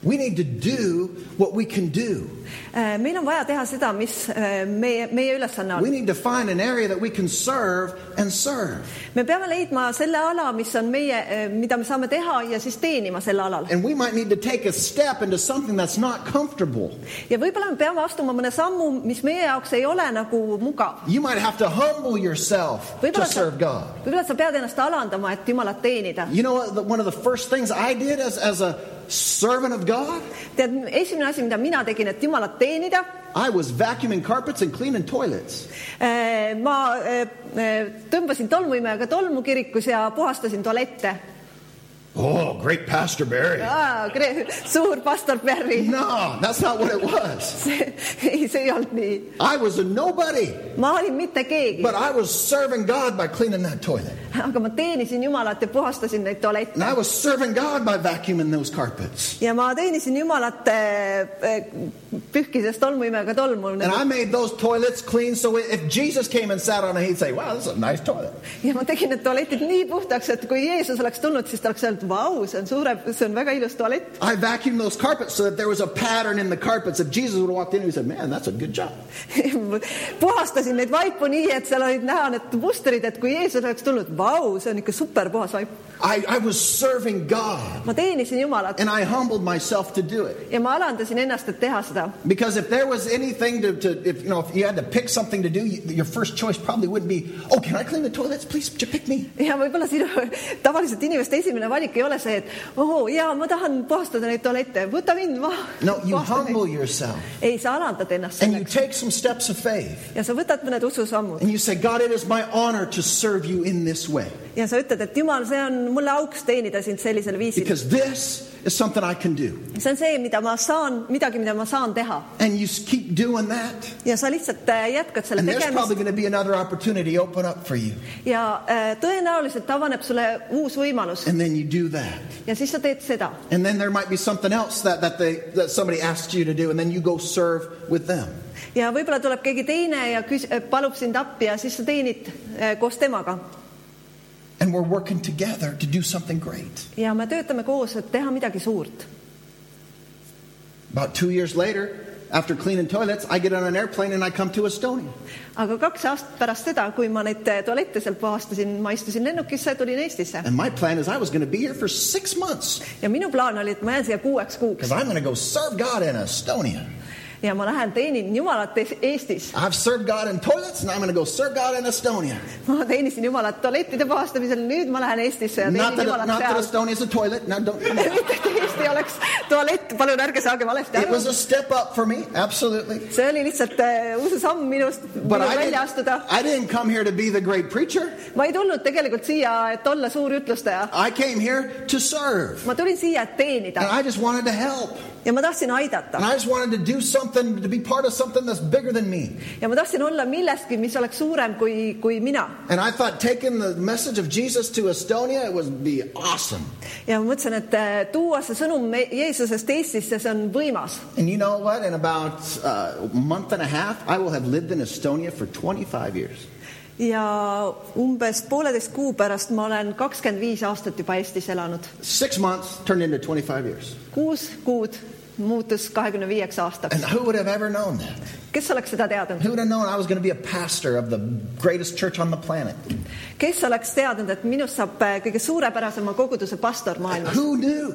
Speaker 1: We need to do what we can do.
Speaker 2: Äh, meil on vaja teha seda , mis eh, meie , meie ülesanne
Speaker 1: We
Speaker 2: on .
Speaker 1: need to find an area that we can serve and serve.
Speaker 2: me peame leidma selle ala , mis on meie , mida me saame teha ja siis teenima selle alal .
Speaker 1: And we might need to take a step into something that's not comfortable.
Speaker 2: ja võib-olla me peame astuma mõne sammu , mis meie jaoks ei ole nagu mugav .
Speaker 1: You might have to humble yourself to
Speaker 2: võib-olla sa ,
Speaker 1: serve God.
Speaker 2: võib-olla sa pead ennast alandama , et Jumalat teenida .
Speaker 1: You know what? The- One of the first things I did as, as a servant of God,
Speaker 2: tead , esimene asi , mida mina tegin , et Jumalat teenida
Speaker 1: I was vacuuming carpets and cleaning toilets.
Speaker 2: ma eh, eh, tõmbasin tolmuimejaga tolmu kirikus ja puhastasin tualette .
Speaker 1: Oh, great Pastor Barry.
Speaker 2: suur pastor Perry .
Speaker 1: No, that's not what it was.
Speaker 2: ei , see ei olnud nii .
Speaker 1: I was a nobody.
Speaker 2: ma olin mitte keegi ,
Speaker 1: But I was serving God by cleaning that toilet.
Speaker 2: aga ma teenisin Jumalat ja puhastasin neid
Speaker 1: And
Speaker 2: tualette
Speaker 1: I was serving God by vacuuming those carpets.
Speaker 2: ja ma teenisin Jumalat eh, eh, pühkides tolmuimejaga tolmu
Speaker 1: And I made those toilets clean so if Jesus came and sat on it, he'd say, Wow, this is a nice toilet.
Speaker 2: ja ma tegin need tualetid nii puhtaks , et kui Jeesus oleks tulnud , siis ta oleks öelnud , vau , see on suure , see on väga ilus tualett .
Speaker 1: I vacuumed those carpets so that there was a pattern in the carpets. If Jesus would have walked in, he'd say, Man, that's a good job.
Speaker 2: puhastasin neid vaipu nii , et seal olid näha need mustrid , et kui Jeesus oleks tulnud , vau , see on ikka super puhas vaip .
Speaker 1: I, I was serving God
Speaker 2: ma teenisin Jumalat
Speaker 1: and I humbled myself to do it.
Speaker 2: ja ma alandasin ennast , et teha seda ,
Speaker 1: Because if there was anything to, to if you know, if you had to pick something to do, you, your first choice probably wouldn't be, Oh, can I clean the toilets? Please, j- pick me.
Speaker 2: ja võib-olla sinu tavaliselt inimeste esimene valik ei ole see , et oo jaa , ma tahan puhastada neid tualette , võta mind maha .
Speaker 1: No, you humble yourself
Speaker 2: ei , sa alandad ennast
Speaker 1: and you
Speaker 2: selleks
Speaker 1: take some steps of faith.
Speaker 2: ja sa võtad mõned ususammud
Speaker 1: And you say, God, it is my honor to serve you in this way
Speaker 2: ja sa ütled , et jumal , see on mulle auks teenida sind sellisel viisil .
Speaker 1: because this is something I can do.
Speaker 2: see on see , mida ma saan , midagi , mida ma saan teha
Speaker 1: And you keep doing that,
Speaker 2: ja sa lihtsalt äh, jätkad selle
Speaker 1: and there's probably
Speaker 2: tegemist
Speaker 1: going to be another opportunity open up for you.
Speaker 2: ja äh, tõenäoliselt avaneb sulle uus võimalus
Speaker 1: And then you do that.
Speaker 2: ja siis sa teed seda
Speaker 1: And then there might be something else that, that, they, that somebody asks you to do, and then you go serve with them.
Speaker 2: ja võib-olla tuleb keegi teine ja küs- , palub sind appi ja siis sa teenid äh, koos temaga
Speaker 1: And we're working together to do something great.
Speaker 2: ja me töötame koos , et teha midagi suurt .
Speaker 1: About two years later, after cleaning toilets, I get on an airplane and I come to Estonia.
Speaker 2: aga kaks aastat pärast seda , kui ma neid äh, tualette seal puhastasin , ma istusin lennukisse , tulin Eestisse
Speaker 1: And my plan is I was going to be here for six months
Speaker 2: ja minu plaan oli , et ma jään siia kuueks kuuks
Speaker 1: because I'm going to go serve God in Estonia.
Speaker 2: ja ma lähen teenin Jumalat Es- Eestis .
Speaker 1: I've served God in toilets and I'm going to go serve God in Estonia.
Speaker 2: ma teenisin Jumalat tualettide puhastamisel , nüüd ma lähen Eestisse ja
Speaker 1: Not
Speaker 2: teenin
Speaker 1: that, not
Speaker 2: Jumalat
Speaker 1: that
Speaker 2: seal .
Speaker 1: Estonia is a toilet. No, don't. Come on.
Speaker 2: mitte , et Eesti oleks tualett , palun ärge saage valesti
Speaker 1: It
Speaker 2: aru
Speaker 1: was . a step up for me, absolutely.
Speaker 2: see oli lihtsalt äh, uus samm minust ,
Speaker 1: But
Speaker 2: minu
Speaker 1: I didn't,
Speaker 2: välja astuda .
Speaker 1: I didn't come here to be the great preacher.
Speaker 2: ma ei tulnud tegelikult siia , et olla suur ütlustaja .
Speaker 1: I came here to serve.
Speaker 2: ma tulin siia , et
Speaker 1: And
Speaker 2: teenida
Speaker 1: I just wanted to help.
Speaker 2: ja ma tahtsin aidata
Speaker 1: And I just wanted to do something, to be part of something that's bigger than me.
Speaker 2: ja ma tahtsin olla millestki , mis oleks suurem kui , kui mina .
Speaker 1: And I thought taking the message of Jesus to Estonia it would be awesome.
Speaker 2: ja ma mõtlesin , et äh, tuua see sõnum me- Jeesusest Eestisse , see on võimas .
Speaker 1: And you know what? In about uh, a month and a half, I will have lived in Estonia for 25 years.
Speaker 2: ja umbes pooleteist kuu pärast ma olen kakskümmend viis aastat juba Eestis elanud .
Speaker 1: Six months turned into 25 years.
Speaker 2: kuus kuud muutus kahekümne viieks aastaks
Speaker 1: And . who would have ever known that?
Speaker 2: kes oleks seda teadnud ?
Speaker 1: Who would have known I was going to be a pastor of the greatest church on the planet?
Speaker 2: kes oleks teadnud , et minust saab äh, kõige suurepärasema koguduse pastor maailmas ?
Speaker 1: Who knew?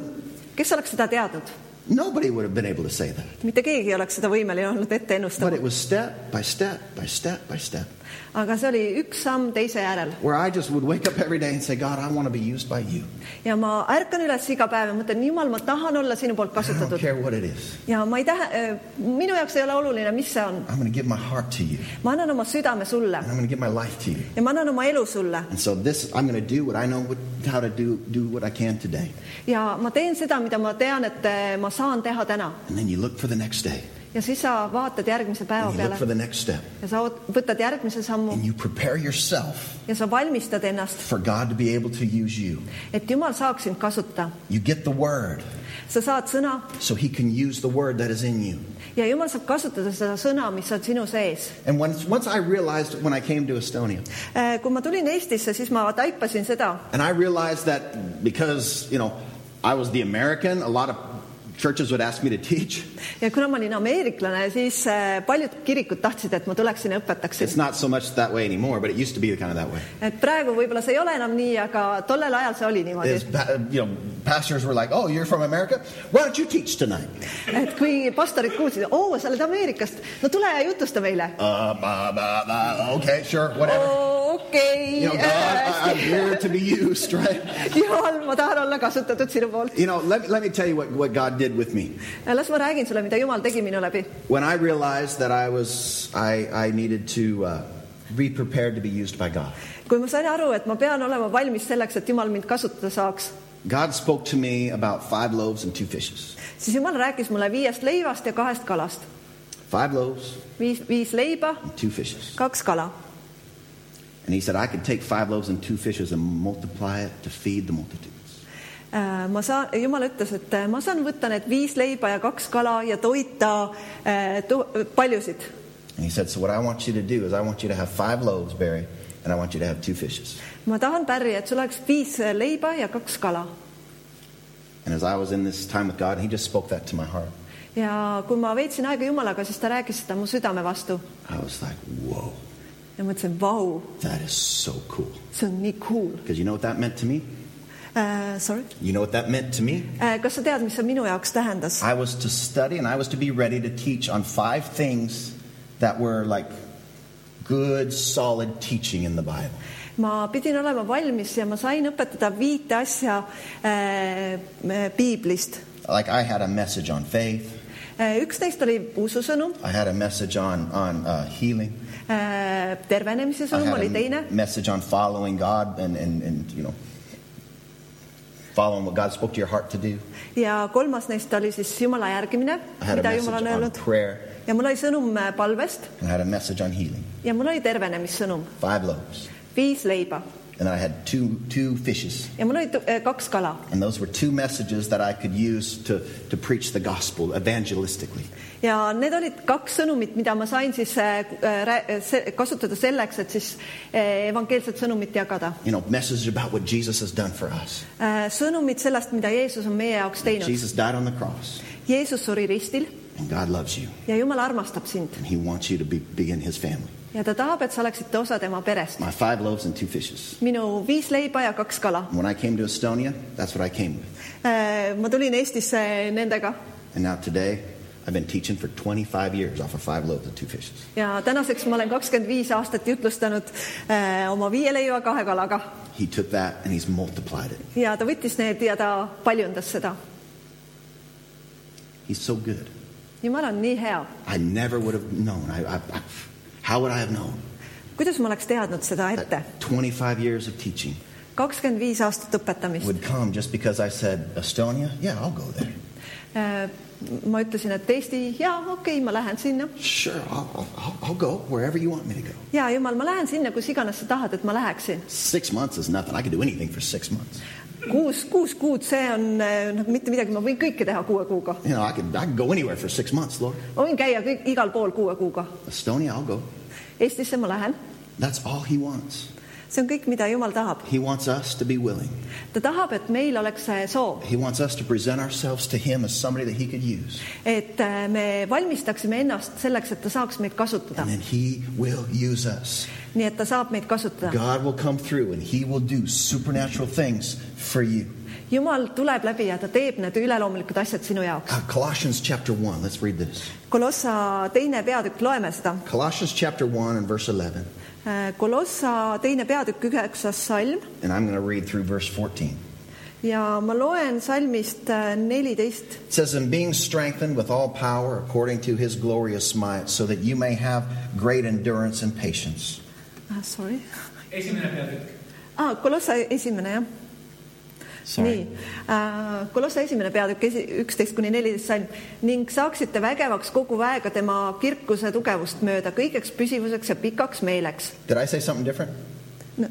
Speaker 2: kes oleks seda teadnud ?
Speaker 1: Nobody would have been able to say that.
Speaker 2: mitte keegi ei oleks seda võimeline olnud ette
Speaker 1: But
Speaker 2: ennustama
Speaker 1: it was step by step by step by step,
Speaker 2: aga see oli üks samm teise järel
Speaker 1: where I just would wake up every day and say, God, I want to be used by you.
Speaker 2: ja ma ärkan üles iga päev ja mõtlen , jumal , ma tahan olla sinu poolt
Speaker 1: I don't
Speaker 2: kasutatud
Speaker 1: care what it is.
Speaker 2: ja ma ei tähe , minu jaoks ei ole oluline , mis see on ,
Speaker 1: I'm going to give my heart to you,
Speaker 2: ma annan oma südame sulle
Speaker 1: and I'm going to give my life to you.
Speaker 2: ja ma annan oma elu sulle
Speaker 1: And so this, I'm going to do what I know what, how to do, do what I can today.
Speaker 2: ja ma teen seda , mida ma tean , et eh, ma saan teha täna
Speaker 1: And then you look for the next day,
Speaker 2: ja siis sa vaatad järgmise päeva
Speaker 1: and you look for the
Speaker 2: peale
Speaker 1: next step,
Speaker 2: ja sa oot- võtad järgmise sammu
Speaker 1: and you prepare yourself
Speaker 2: ja sa valmistad ennast ,
Speaker 1: for God to be able to use you.
Speaker 2: et jumal saaks sind kasutada .
Speaker 1: You get the word,
Speaker 2: sa saad sõna
Speaker 1: so He can use the word that is in you.
Speaker 2: ja jumal saab kasutada seda sõna , mis on sinu sees
Speaker 1: And once, once I realized when I came to Estonia,
Speaker 2: Eh, kui ma tulin Eestisse , siis ma taipasin seda ,
Speaker 1: and I realized that because, you know, I was the American, a lot of churches would ask me to teach.
Speaker 2: ja kuna ma olin ameeriklane , siis eh, paljud kirikud tahtsid , et ma tuleksin ja
Speaker 1: It's
Speaker 2: õpetaksin .
Speaker 1: not so much that way anymore, but it used to be kind of that way.
Speaker 2: et praegu võib-olla see ei ole enam nii , aga tollel ajal see oli niimoodi
Speaker 1: Is, pa- you know, pastors were like, oh, you're from America? Why don't you teach tonight?
Speaker 2: et kui pastorid kuulsid , oo , sa oled Ameerikast , no tule ja jutusta meile .
Speaker 1: Uh, blah, blah, blah. Okay, sure, whatever.
Speaker 2: okei
Speaker 1: You know, God, I, I'm here to be used, right?
Speaker 2: jumal , ma tahan olla kasutatud sinu poolt .
Speaker 1: You know, let, me- let me tell you what, what God did with me.
Speaker 2: las ma räägin sulle , mida Jumal tegi minu läbi .
Speaker 1: When I realized that I was, I, I needed to uh, be prepared to be used by God,
Speaker 2: kui ma sain aru , et ma pean olema valmis selleks , et Jumal mind kasutada saaks ,
Speaker 1: God spoke to me about five loaves and two fishes.
Speaker 2: siis Jumal rääkis mulle viiest leivast ja kahest kalast .
Speaker 1: Five loaves
Speaker 2: viis , viis leiba ,
Speaker 1: and two fishes.
Speaker 2: kaks kala
Speaker 1: And he said, I could take five loaves and two fishes and multiply it to feed the multitudes.
Speaker 2: Äh, ma saan , jumal ütles , et äh, ma saan võtta need viis leiba ja kaks kala ja toita äh, tu- paljusid .
Speaker 1: And he said, So what I want you to do is I want you to have five loaves, Barry, and I want you to have two fishes.
Speaker 2: ma tahan pärri , et sul oleks viis äh, leiba ja kaks kala
Speaker 1: And as I was in this time with God, he just spoke that to my heart.
Speaker 2: ja kui ma veetsin aega Jumalaga , siis ta rääkis seda mu südame vastu
Speaker 1: I was like, Whoa,
Speaker 2: ja mõtlesin , vau ,
Speaker 1: that is so cool.
Speaker 2: see on nii cool
Speaker 1: Because you know what that meant to me?
Speaker 2: äh, . Sorry
Speaker 1: You know what that meant to me?
Speaker 2: äh, , kas sa tead , mis see minu jaoks tähendas ?
Speaker 1: I was to study and I was to be ready to teach on five things that were like good, solid teaching in the Bible.
Speaker 2: ma pidin olema valmis ja ma sain õpetada viite asja äh, äh, piiblist Äh,
Speaker 1: Like I had a message on faith,
Speaker 2: üks neist oli ususõnum ,
Speaker 1: I had a message on, on uh, healing. I
Speaker 2: tervenemise Äh, sõnum
Speaker 1: had
Speaker 2: oli
Speaker 1: a
Speaker 2: teine ,
Speaker 1: message on following God and, and, and, you know, following what God spoke to your heart to do.
Speaker 2: ja kolmas neist oli siis Jumala järgimine ,
Speaker 1: I had a
Speaker 2: mida Jumal
Speaker 1: message
Speaker 2: on
Speaker 1: on
Speaker 2: öelnud
Speaker 1: prayer.
Speaker 2: ja mul oli sõnum äh, palvest
Speaker 1: And I had a message on healing.
Speaker 2: ja mul oli tervenemissõnum ,
Speaker 1: Five loaves.
Speaker 2: viis leiba
Speaker 1: And I had two, two fishes.
Speaker 2: ja mul oli tu- äh, kaks kala
Speaker 1: And those were two messages that I could use to, to preach the gospel evangelistically.
Speaker 2: ja need olid kaks sõnumit , mida ma sain siis äh, äh, rää- äh, se- kasutada selleks , et siis äh, evangeelset sõnumit jagada .
Speaker 1: You know, message about what Jesus has done for us.
Speaker 2: sõnumid sellest , mida Jeesus on meie jaoks teinud .
Speaker 1: Jesus died on the cross,
Speaker 2: Jeesus suri ristil
Speaker 1: and God loves you,
Speaker 2: ja Jumal armastab sind
Speaker 1: and He wants you to be, be in His family.
Speaker 2: ja ta tahab , et sa oleksid osa tema perest .
Speaker 1: My five loaves and two fishes.
Speaker 2: minu viis leiba ja kaks kala .
Speaker 1: When I came to Estonia, that's what I came with.
Speaker 2: Äh, ma tulin Eestisse nendega
Speaker 1: And now today, I've been teaching for 25 years off of five loaves and two fishes.
Speaker 2: ja tänaseks ma olen kakskümmend viis aastat jutlustanud äh, oma viie leiva kahe kalaga
Speaker 1: He took that and He's multiplied it.
Speaker 2: ja ta võttis need ja ta paljundas seda .
Speaker 1: He's so good.
Speaker 2: Jumal on nii hea
Speaker 1: I never would have known. I, I, I, how would I have known?
Speaker 2: kuidas ma oleks teadnud seda ette ?
Speaker 1: That 25 years of teaching
Speaker 2: kakskümmend viis aastat õpetamist .
Speaker 1: would come just because I said, Estonia? Yeah, I'll go there.
Speaker 2: Äh, ma ütlesin , et Eesti , jaa , okei okay, , ma lähen sinna .
Speaker 1: Sure, I'll, I'll, I'll go wherever you want me to go.
Speaker 2: jaa , jumal , ma lähen sinna , kus iganes sa tahad , et ma läheksin .
Speaker 1: Six months is nothing. I could do anything for six months.
Speaker 2: kuus , kuus kuud , see on äh, noh , mitte midagi , ma võin kõike teha kuue kuuga .
Speaker 1: You know, I could, I could go anywhere for six months, Lord.
Speaker 2: ma võin käia kõik, igal pool kuue kuuga .
Speaker 1: Estonia, I'll go.
Speaker 2: Eestisse ma lähen ,
Speaker 1: That's all He wants.
Speaker 2: see on kõik , mida jumal tahab .
Speaker 1: He wants us to be willing.
Speaker 2: ta tahab , et meil oleks see soov ,
Speaker 1: He wants us to present ourselves to Him as somebody that He could use.
Speaker 2: et äh, me valmistaksime ennast selleks , et ta saaks meid kasutada
Speaker 1: And then He will use us.
Speaker 2: nii et ta saab meid kasutada .
Speaker 1: God will come through and He will do supernatural things for you.
Speaker 2: jumal tuleb läbi ja ta teeb need üleloomulikud asjad sinu jaoks .
Speaker 1: Uh, Colossians chapter 1, let's read this.
Speaker 2: kolossa teine peatükk , loeme seda .
Speaker 1: Colossians chapter 1 and verse 11.
Speaker 2: kolossa teine peatükk , üheksas salm
Speaker 1: And I'm going to read through verse 14.
Speaker 2: ja ma loen salmist äh, neliteist .
Speaker 1: It says, And being strengthened with all power according to His glorious might, so that you may have great endurance and patience.
Speaker 2: Ah, Sorry .
Speaker 3: esimene peatükk ,
Speaker 2: Ah, kolossa esimene jah . nii , kolossa esimene peatükk , üksteist kuni neliteist salm ning saaksite vägevaks kogu väega tema kirkuse tugevust mööda kõigeks püsivuseks ja pikaks meeleks .
Speaker 1: Did I say something different?
Speaker 2: No.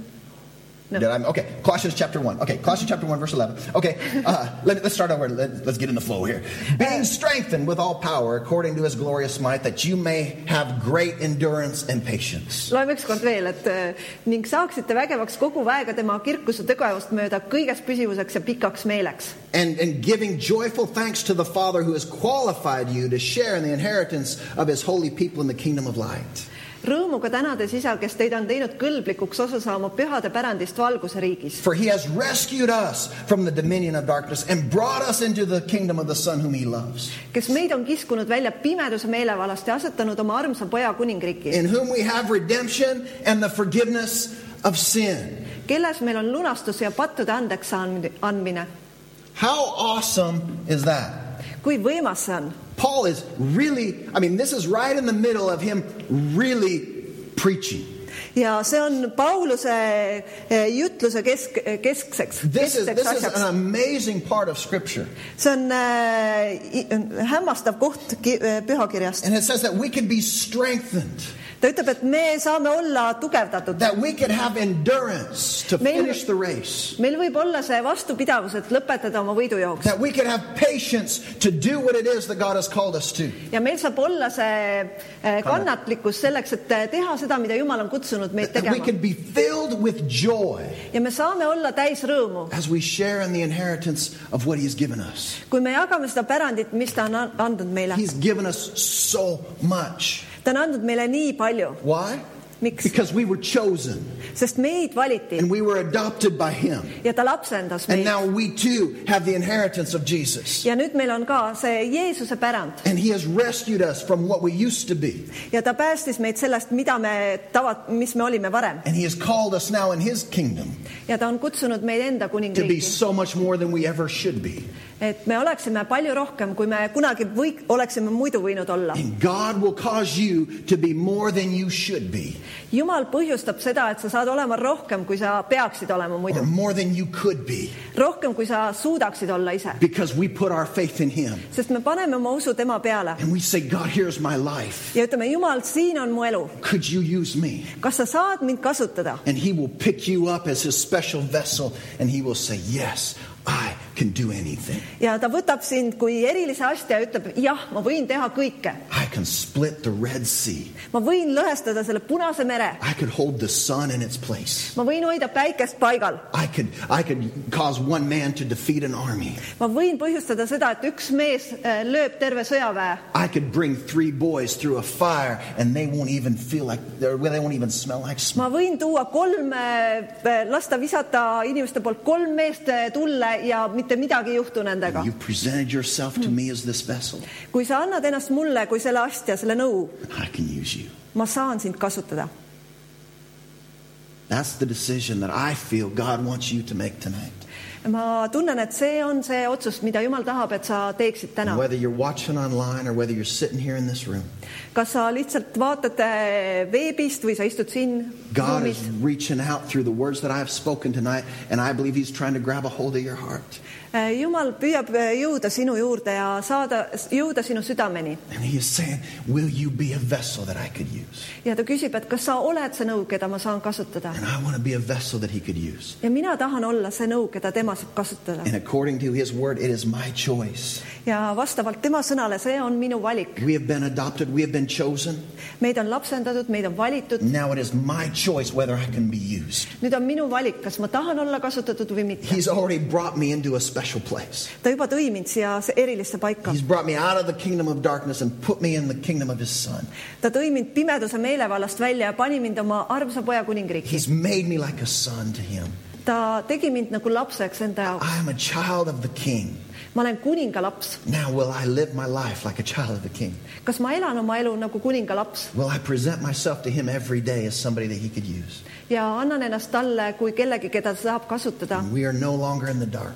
Speaker 2: No.
Speaker 1: Did I? Okay, Colossians chapter 1. Okay, Colossians chapter 1, verse 11. Okay, uh, let, us start over. Let, let's get in the flow here. Being strengthened with all power according to his glorious might, that you may have great endurance and patience.
Speaker 2: loeme ükskord veel , et äh, ning saaksite vägevaks kogu väega tema kirkuse tugevust mööda kõigest püsivuseks ja pikaks meeleks
Speaker 1: And, and giving joyful thanks to the Father who has qualified you to share in the inheritance of his holy people in the kingdom of light.
Speaker 2: rõõmuga tänades Isa , kes teid on teinud kõlblikuks osa saama pühade pärandist valguse riigis ,
Speaker 1: For he has rescued us from the dominion of darkness and brought us into the kingdom of the Son whom he loves,
Speaker 2: kes meid on kiskunud välja pimeduse meelevalast ja asetanud oma armsa poja kuningriiki ,
Speaker 1: in whom we have redemption and the forgiveness of sin.
Speaker 2: kelles meil on lunastus ja pattude andeks and- andmine .
Speaker 1: How awesome is that?
Speaker 2: kui võimas see on ?
Speaker 1: Paul is really, I mean, this is right in the middle of him really preaching.
Speaker 2: ja see on Pauluse eh, jutluse kesk , keskseks ,
Speaker 1: This is,
Speaker 2: keskseks
Speaker 1: this is an
Speaker 2: asjaks .
Speaker 1: amazing part of Scripture.
Speaker 2: see on äh, i- hämmastav koht ki- eh, pühakirjast .
Speaker 1: And it says that we could be strengthened,
Speaker 2: ta ütleb , et me saame olla tugevdatud .
Speaker 1: that we could have endurance to
Speaker 2: May-
Speaker 1: finish the race,
Speaker 2: meil võib olla see vastupidavus , et lõpetada oma võidujooks .
Speaker 1: that we could have patience to do what it is that God has called us to.
Speaker 2: ja meil saab olla see eh, kannatlikkus selleks , et eh, teha seda , mida Jumal on kutsunud meid
Speaker 1: that we
Speaker 2: tegema
Speaker 1: could be filled with joy
Speaker 2: ja me saame olla täis rõõmu ,
Speaker 1: as we share in the inheritance of what he's given us.
Speaker 2: kui me jagame seda pärandit , mis ta on an- andnud meile .
Speaker 1: He's given us so much.
Speaker 2: ta on andnud meile nii palju ,
Speaker 1: Why?
Speaker 2: Miks?
Speaker 1: Because we were chosen
Speaker 2: sest meid valiti
Speaker 1: and we were adopted by him.
Speaker 2: ja ta lapsendas
Speaker 1: And
Speaker 2: meid
Speaker 1: now we too have the inheritance of Jesus.
Speaker 2: ja nüüd meil on ka see Jeesuse pärand
Speaker 1: And he has rescued us from what we used to be.
Speaker 2: ja ta päästis meid sellest , mida me tava , mis me olime varem
Speaker 1: And he has called us now in his kingdom
Speaker 2: ja ta on kutsunud meid
Speaker 1: to
Speaker 2: enda
Speaker 1: be
Speaker 2: kuningriiki ,
Speaker 1: so much more than we ever should be.
Speaker 2: et me oleksime palju rohkem , kui me kunagi või oleksime muidu võinud olla .
Speaker 1: And God will cause you to be more than you should be,
Speaker 2: jumal põhjustab seda , et sa saad olema rohkem , kui sa peaksid olema
Speaker 1: or
Speaker 2: muidu ,
Speaker 1: more than you could be,
Speaker 2: rohkem , kui sa suudaksid olla ise ,
Speaker 1: because we put our faith in Him.
Speaker 2: sest me paneme oma usu tema peale
Speaker 1: And we say, God, here's my life.
Speaker 2: ja ütleme , Jumal , siin on mu elu ,
Speaker 1: Could you use me?
Speaker 2: kas sa saad mind kasutada
Speaker 1: And He will pick you up as His special vessel, and He will say, Yes, I can do anything.
Speaker 2: ja ta võtab sind kui erilise astja ja ütleb , jah , ma võin teha kõike ,
Speaker 1: I can split the Red Sea,
Speaker 2: ma võin lõhestada selle Punase mere ,
Speaker 1: I could hold the sun in its place.
Speaker 2: ma võin hoida päikest paigal ,
Speaker 1: I could, I could cause one man to defeat an army.
Speaker 2: ma võin põhjustada seda , et üks mees eh, lööb terve sõjaväe ,
Speaker 1: I could bring three boys through a fire and they won't even feel like, or they won't even smell like smoke.
Speaker 2: ma võin tuua kolm , lasta visata inimeste poolt kolm meest eh, tulle ja mitte midagi ei juhtu nendega .
Speaker 1: You've presented yourself to me as this vessel.
Speaker 2: kui sa annad ennast mulle kui selle astja , selle nõu ,
Speaker 1: I can use you.
Speaker 2: ma saan sind kasutada .
Speaker 1: That's the decision that I feel God wants you to make tonight.
Speaker 2: ma tunnen , et see on see otsus , mida Jumal tahab , et sa teeksid täna
Speaker 1: And . whether you're watching online or whether you're sitting here in this room,
Speaker 2: kas sa lihtsalt vaatad eh, veebist või sa istud siin
Speaker 1: God
Speaker 2: ruumis
Speaker 1: is reaching out through the words that I have spoken tonight, and I believe He's trying to grab a hold of your heart.
Speaker 2: Eh, Jumal püüab eh, jõuda sinu juurde ja saada , jõuda sinu südameni
Speaker 1: And He is saying, Will you be a vessel that I could use?
Speaker 2: ja ta küsib , et kas sa oled see nõu , keda ma saan kasutada
Speaker 1: And I want to be a vessel that He could use.
Speaker 2: ja mina tahan olla see nõu , keda tema saab kasutada
Speaker 1: And according to His word, it is my choice.
Speaker 2: ja vastavalt tema sõnale , see on minu valik .
Speaker 1: We have been adopted, we have been chosen.
Speaker 2: meid on lapsendatud , meid on valitud ,
Speaker 1: Now it is my choice whether I can be used.
Speaker 2: nüüd on minu valik , kas ma tahan olla kasutatud või mitte .
Speaker 1: He's already brought me into a special place.
Speaker 2: ta juba tõi mind siia se- erilisse paika
Speaker 1: He's brought me out of the kingdom of darkness and put me in the kingdom of His Son.
Speaker 2: ta tõi mind pimeduse meelevallast välja ja pani mind oma armsa poja kuningriiki .
Speaker 1: He's made me like a son to Him.
Speaker 2: ta tegi mind nagu lapseks enda jaoks .
Speaker 1: I am a child of the King.
Speaker 2: ma olen kuninga laps .
Speaker 1: Now, will I live my life like a child of the King?
Speaker 2: kas ma elan oma elu nagu kuninga laps
Speaker 1: Will I present myself to Him every day as somebody that He could use?
Speaker 2: ja annan ennast talle kui kellegi , keda ta saab kasutada ?
Speaker 1: We are no longer in the dark,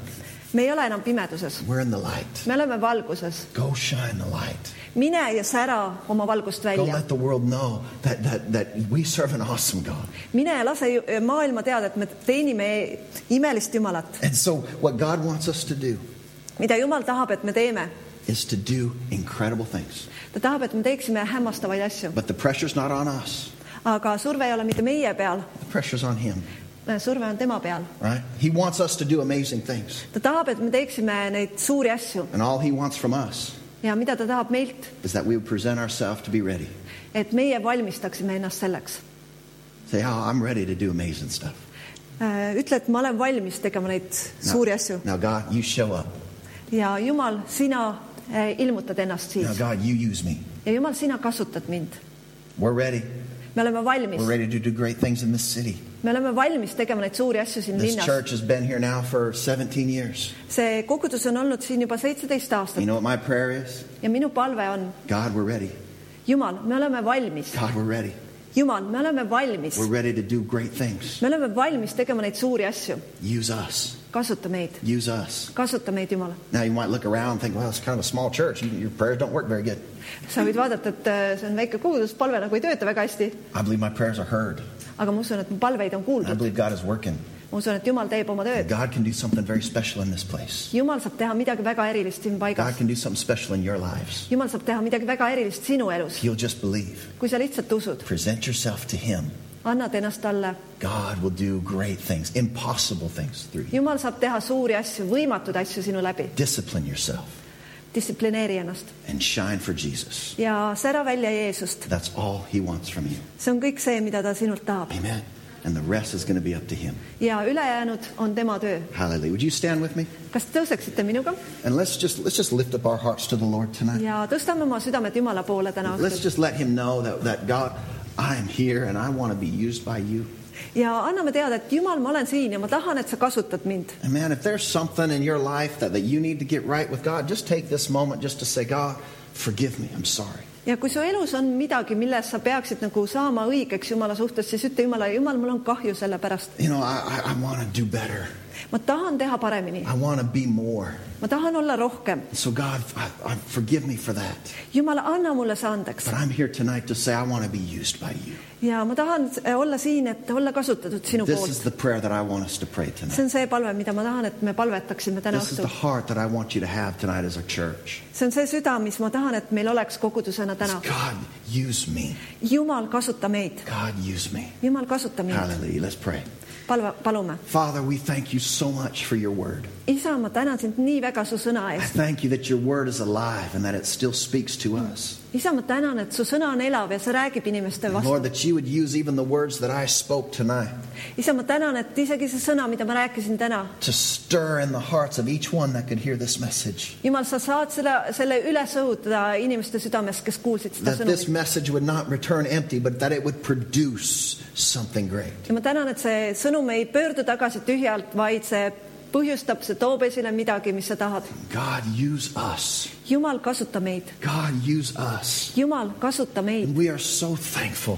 Speaker 2: me ei ole enam pimeduses ,
Speaker 1: we're in the light.
Speaker 2: me oleme valguses .
Speaker 1: Go shine the light.
Speaker 2: mine ja sära oma valgust
Speaker 1: Go
Speaker 2: välja .
Speaker 1: let the world know that, that, that we serve an awesome God.
Speaker 2: mine ja lase ju- maailma teada , et me teenime imelist Jumalat .
Speaker 1: And so, what God wants us to do
Speaker 2: mida Jumal tahab , et me teeme ?
Speaker 1: is to do incredible things.
Speaker 2: ta tahab , et me teeksime hämmastavaid asju ,
Speaker 1: But the pressure's not on us,
Speaker 2: aga surve ei ole mitte meie peal ,
Speaker 1: the pressure's on Him,
Speaker 2: surve on tema peal .
Speaker 1: right? He wants us to do amazing things.
Speaker 2: ta tahab , et me teeksime neid suuri asju
Speaker 1: And all He wants from us
Speaker 2: ja mida ta tahab meilt ,
Speaker 1: is that we would present ourselves to be ready.
Speaker 2: et meie valmistaksime ennast selleks .
Speaker 1: Say, oh, I'm ready to do amazing stuff.
Speaker 2: Äh, ütle , et ma olen valmis tegema neid suuri asju
Speaker 1: Now, God, you show up.
Speaker 2: ja Jumal , sina eh, ilmutad ennast
Speaker 1: Now,
Speaker 2: siis
Speaker 1: God, you use me.
Speaker 2: ja Jumal , sina kasutad mind .
Speaker 1: We're ready.
Speaker 2: me oleme valmis
Speaker 1: We're , ready to do great things in this city.
Speaker 2: me oleme valmis tegema neid suuri asju siin
Speaker 1: This
Speaker 2: linnas .
Speaker 1: church has been here now for 17 years.
Speaker 2: see kogudus on olnud siin juba seitseteist
Speaker 1: You
Speaker 2: aastat
Speaker 1: know what my prayer is?
Speaker 2: ja minu palve on ,
Speaker 1: God, we're ready.
Speaker 2: Jumal , me oleme valmis ,
Speaker 1: God, we're ready.
Speaker 2: Jumal , me oleme valmis
Speaker 1: We're , ready to do great things.
Speaker 2: me oleme valmis tegema neid suuri asju ,
Speaker 1: Use us.
Speaker 2: kasuta meid ,
Speaker 1: Use us.
Speaker 2: kasuta meid , Jumal
Speaker 1: Now you might look around and think, well, it's kind of a small church. You- Your prayers don't work very good.
Speaker 2: sa võid vaadata , et äh, see on väike kogudus , palve nagu ei tööta väga hästi ,
Speaker 1: I believe my prayers are heard.
Speaker 2: aga ma usun , et mu palveid on
Speaker 1: I
Speaker 2: kuuldud .
Speaker 1: believe God is working.
Speaker 2: ma usun , et Jumal teeb oma tööd .
Speaker 1: God can do something very special in this place.
Speaker 2: Jumal saab teha midagi väga erilist siin
Speaker 1: God
Speaker 2: paigas .
Speaker 1: can do something special in your lives.
Speaker 2: Jumal saab teha midagi väga erilist sinu elus
Speaker 1: If , you'll just believe,
Speaker 2: kui sa lihtsalt usud ,
Speaker 1: present yourself to Him.
Speaker 2: annad ennast talle .
Speaker 1: God will do great things, impossible things through you.
Speaker 2: Jumal saab teha suuri asju , võimatuid asju sinu läbi .
Speaker 1: Discipline yourself
Speaker 2: distsiplineeri ennast
Speaker 1: and shine for Jesus.
Speaker 2: ja sära välja Jeesust .
Speaker 1: That's all He wants from you.
Speaker 2: see on kõik see , mida ta sinult tahab
Speaker 1: Amen. And the rest is going to be up to Him.
Speaker 2: ja ülejäänud on tema töö .
Speaker 1: Hallelujah. Would you stand with me?
Speaker 2: kas te tõuseksite minuga
Speaker 1: And let's just let's just lift up our hearts to the Lord tonight.
Speaker 2: ja tõstame oma südamed Jumala poole täna
Speaker 1: Let's
Speaker 2: õhtul
Speaker 1: just let him know that, that God, I am here and I want to be used by you.
Speaker 2: ja anname teada , et Jumal , ma olen siin ja ma tahan , et sa kasutad mind
Speaker 1: And man, if there's something in your life that, that you need to get right with God, just take this moment just to say, God, forgive me. I'm sorry.
Speaker 2: ja kui su elus on midagi , milles sa peaksid nagu saama õigeks Jumala suhtes , siis ütle Jumala , Jumal , mul on kahju selle pärast ,
Speaker 1: You know, I, I, I want to do better.
Speaker 2: ma tahan teha paremini ,
Speaker 1: I want to be more.
Speaker 2: ma tahan olla rohkem .
Speaker 1: So, God, I, I, forgive me for that.
Speaker 2: jumal , anna mulle see andeks
Speaker 1: But I'm here tonight to say, I want to be used by you.
Speaker 2: ja ma tahan äh, olla siin , et olla kasutatud sinu
Speaker 1: This is
Speaker 2: poolt .
Speaker 1: the prayer that I want us to pray tonight.
Speaker 2: see on see palve , mida ma tahan , et me palvetaksime täna
Speaker 1: This is the
Speaker 2: õhtul .
Speaker 1: heart that I want you to have tonight as a church.
Speaker 2: see on see süda , mis ma tahan , et meil oleks kogudusena
Speaker 1: It's,
Speaker 2: täna .
Speaker 1: God, use me.
Speaker 2: jumal , kasuta meid ,
Speaker 1: God, use me.
Speaker 2: jumal , kasuta meid ,
Speaker 1: Hallelujah. Let's pray.
Speaker 2: palve , palume .
Speaker 1: Father, we thank you so much for your word.
Speaker 2: isa , ma tänan sind nii väga su sõna
Speaker 1: I
Speaker 2: eest .
Speaker 1: thank you that your word is alive and that it still speaks to us.
Speaker 2: isa , ma tänan , et su sõna on elav ja see räägib inimeste
Speaker 1: And
Speaker 2: vastu .
Speaker 1: Lord, that you would use even the words that I spoke tonight
Speaker 2: isa , ma tänan , et isegi see sõna , mida ma rääkisin täna ,
Speaker 1: to stir in the hearts of each one that could hear this message.
Speaker 2: jumal , sa saad selle , selle üles õhutada inimeste südames , kes kuulsid seda
Speaker 1: That this
Speaker 2: sõnumit .
Speaker 1: message would not return empty, but that it would produce something great.
Speaker 2: ja ma tänan , et see sõnum ei pöördu tagasi tühjalt , vaid see põhjustab , see toob esile midagi , mis sa tahad .
Speaker 1: God, use us.
Speaker 2: jumal , kasuta meid ,
Speaker 1: God, use us.
Speaker 2: Jumal , kasuta meid
Speaker 1: And . we are so thankful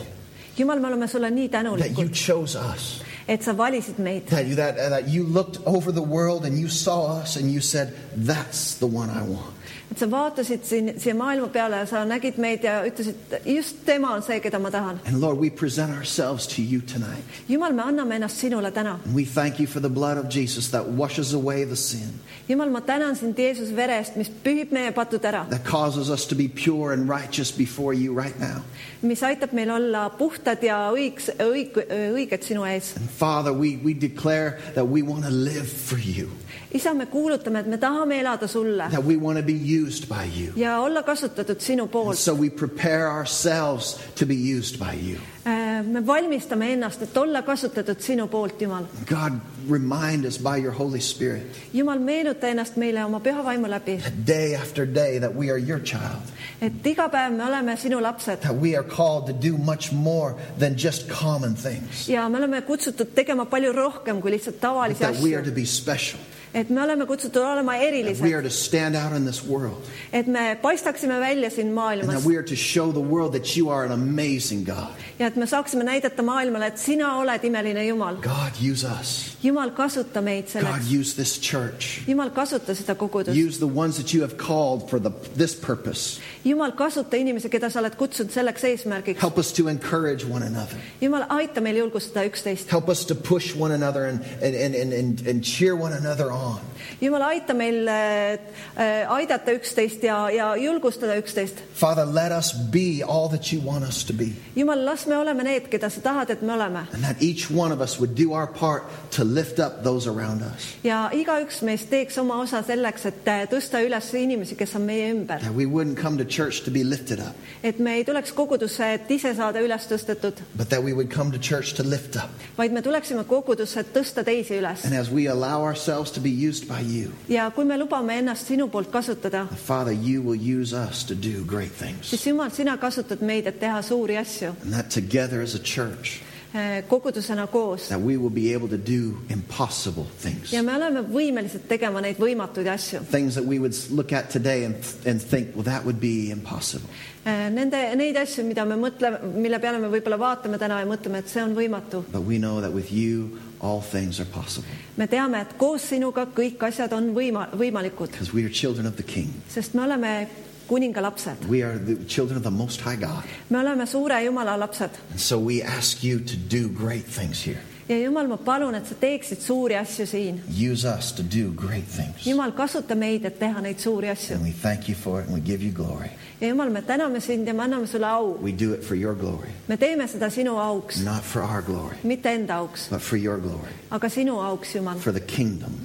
Speaker 2: Jumal , me oleme sulle nii
Speaker 1: that you
Speaker 2: tänulikud ,
Speaker 1: chose us.
Speaker 2: et sa valisid meid ,
Speaker 1: That you, that, that you looked over the world and you saw us and you said, That's the one I want.
Speaker 2: et sa vaatasid siin siia maailma peale ja sa nägid meid ja ütlesid , just tema on see , keda ma tahan .
Speaker 1: And Lord, we present ourselves to you tonight.
Speaker 2: Jumal , me anname ennast sinule täna .
Speaker 1: And we thank you for the blood of Jesus that washes away the sin,
Speaker 2: Jumal , ma tänan sind Jeesuse vere eest , mis pühib meie patud ära ,
Speaker 1: that causes us to be pure and righteous before you right now.
Speaker 2: mis aitab meil olla puhtad ja õigs , õig- , õiged sinu ees .
Speaker 1: And Father, we, we declare that we want to live for you,
Speaker 2: isa , me kuulutame , et me tahame elada sulle
Speaker 1: that we want to be used by you.
Speaker 2: ja olla kasutatud sinu
Speaker 1: And
Speaker 2: poolt .
Speaker 1: so we prepare ourselves to be used by you.
Speaker 2: Äh, me valmistame ennast , et olla kasutatud sinu poolt , Jumal
Speaker 1: God, remind us by your Holy Spirit,
Speaker 2: jumal , meenuta ennast meile oma püha vaimu läbi ,
Speaker 1: day after day, that we are your child,
Speaker 2: et iga päev me oleme sinu lapsed
Speaker 1: that we are called to do much more than just common things,
Speaker 2: ja me oleme kutsutud tegema palju rohkem kui lihtsalt
Speaker 1: but
Speaker 2: tavalisi
Speaker 1: that we are to
Speaker 2: asju .
Speaker 1: be special,
Speaker 2: et me oleme kutsutud olema
Speaker 1: that we
Speaker 2: erilised ,
Speaker 1: are to stand out in this world.
Speaker 2: et me paistaksime välja siin
Speaker 1: And that
Speaker 2: maailmas
Speaker 1: we are to show the world that you are an amazing God.
Speaker 2: ja et me saaksime näidata maailmale , et sina oled imeline Jumal .
Speaker 1: God, use us.
Speaker 2: jumal , kasuta meid
Speaker 1: God,
Speaker 2: selleks ,
Speaker 1: use this church.
Speaker 2: jumal , kasuta seda kogudust ,
Speaker 1: Use the ones that you have called for the, this purpose.
Speaker 2: jumal , kasuta inimesi , keda sa oled kutsunud selleks eesmärgiks ,
Speaker 1: Help us to encourage one another.
Speaker 2: jumal , aita meil julgustada üksteist ,
Speaker 1: Help us to push one another and, and, and, and, and, and cheer one another on.
Speaker 2: jumal , aita meil äh, äh, aidata üksteist ja , ja julgustada üksteist
Speaker 1: Father, let us be all that you want us to be.
Speaker 2: jumal , las me oleme need , keda sa tahad , et me oleme
Speaker 1: And that each one of us would do our part to lift up those around us.
Speaker 2: ja igaüks meist teeks oma osa selleks , et äh, tõsta üles inimesi , kes on meie ümber ,
Speaker 1: That we wouldn't come to church to be lifted up,
Speaker 2: et me ei tuleks kogudusse , et ise saada üles tõstetud ,
Speaker 1: but that we would come to church to lift up.
Speaker 2: vaid me tuleksime kogudusse , et tõsta teisi üles
Speaker 1: And as we allow ourselves to be used by you,
Speaker 2: ja kui me lubame ennast sinu poolt kasutada ,
Speaker 1: Father, you will use us to do great things.
Speaker 2: siis jumal , sina kasutad meid , et teha suuri asju
Speaker 1: And that together as a church,
Speaker 2: äh, kogudusena koos
Speaker 1: that we will be able to do impossible things.
Speaker 2: ja me oleme võimelised tegema neid võimatuid asju .
Speaker 1: Things that we would look at today and, and think, well, that would be impossible.
Speaker 2: Äh, Nende , neid asju , mida me mõtleme , mille peale me võib-olla vaatame täna ja mõtleme , et see on võimatu
Speaker 1: But we know that with you, all things are possible
Speaker 2: me teame , et koos sinuga kõik asjad on võima- , võimalikud ,
Speaker 1: because we are children of the King.
Speaker 2: sest me oleme kuninga lapsed ,
Speaker 1: We are the children of the Most High God.
Speaker 2: me oleme suure Jumala lapsed
Speaker 1: And so we ask you to do great things here.
Speaker 2: ja Jumal , ma palun , et sa teeksid suuri asju siin .
Speaker 1: Use us to do great things.
Speaker 2: Jumal , kasuta meid , et teha neid suuri asju
Speaker 1: And we thank you for it and we give you glory.
Speaker 2: ja Jumal , me täname sind ja me anname sulle au ,
Speaker 1: We do it for your glory,
Speaker 2: me teeme seda sinu auks ,
Speaker 1: not for our glory,
Speaker 2: mitte enda auks ,
Speaker 1: but for your glory,
Speaker 2: aga sinu auks , Jumal ,
Speaker 1: for the kingdom,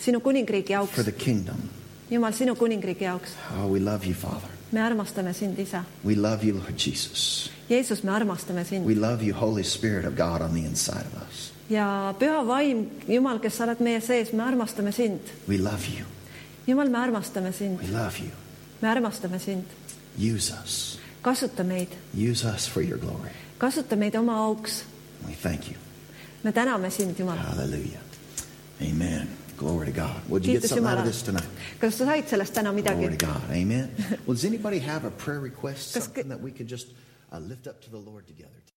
Speaker 2: sinu kuningriigi
Speaker 1: for
Speaker 2: auks
Speaker 1: the kingdom.
Speaker 2: Jumal , sinu kuningriigi jaoks ,
Speaker 1: Oh, we love you, Father.
Speaker 2: me armastame sind , isa .
Speaker 1: We love you, Lord Jesus.
Speaker 2: Jeesus , me armastame sind
Speaker 1: We love you, Holy Spirit of God, on the inside of us.
Speaker 2: ja püha vaim , Jumal , kes sa oled meie sees , me armastame sind
Speaker 1: We love you.
Speaker 2: jumal , me armastame sind
Speaker 1: We , love you.
Speaker 2: me armastame sind ,
Speaker 1: Use us.
Speaker 2: kasuta meid ,
Speaker 1: Use us for your glory.
Speaker 2: kasuta meid oma auks .
Speaker 1: We thank you.
Speaker 2: me täname sind , Jumal .
Speaker 1: Hallelujah. Amen. Glory to God. Would you get
Speaker 2: Kiitos
Speaker 1: something out of
Speaker 2: Jumalale.
Speaker 1: this tonight?
Speaker 2: kas sa said sellest täna
Speaker 1: Glory to
Speaker 2: midagi ?
Speaker 1: God. Amen. Well, does anybody have a prayer request?
Speaker 2: Kas kõ-
Speaker 1: Something that we could just uh, lift up to the Lord together?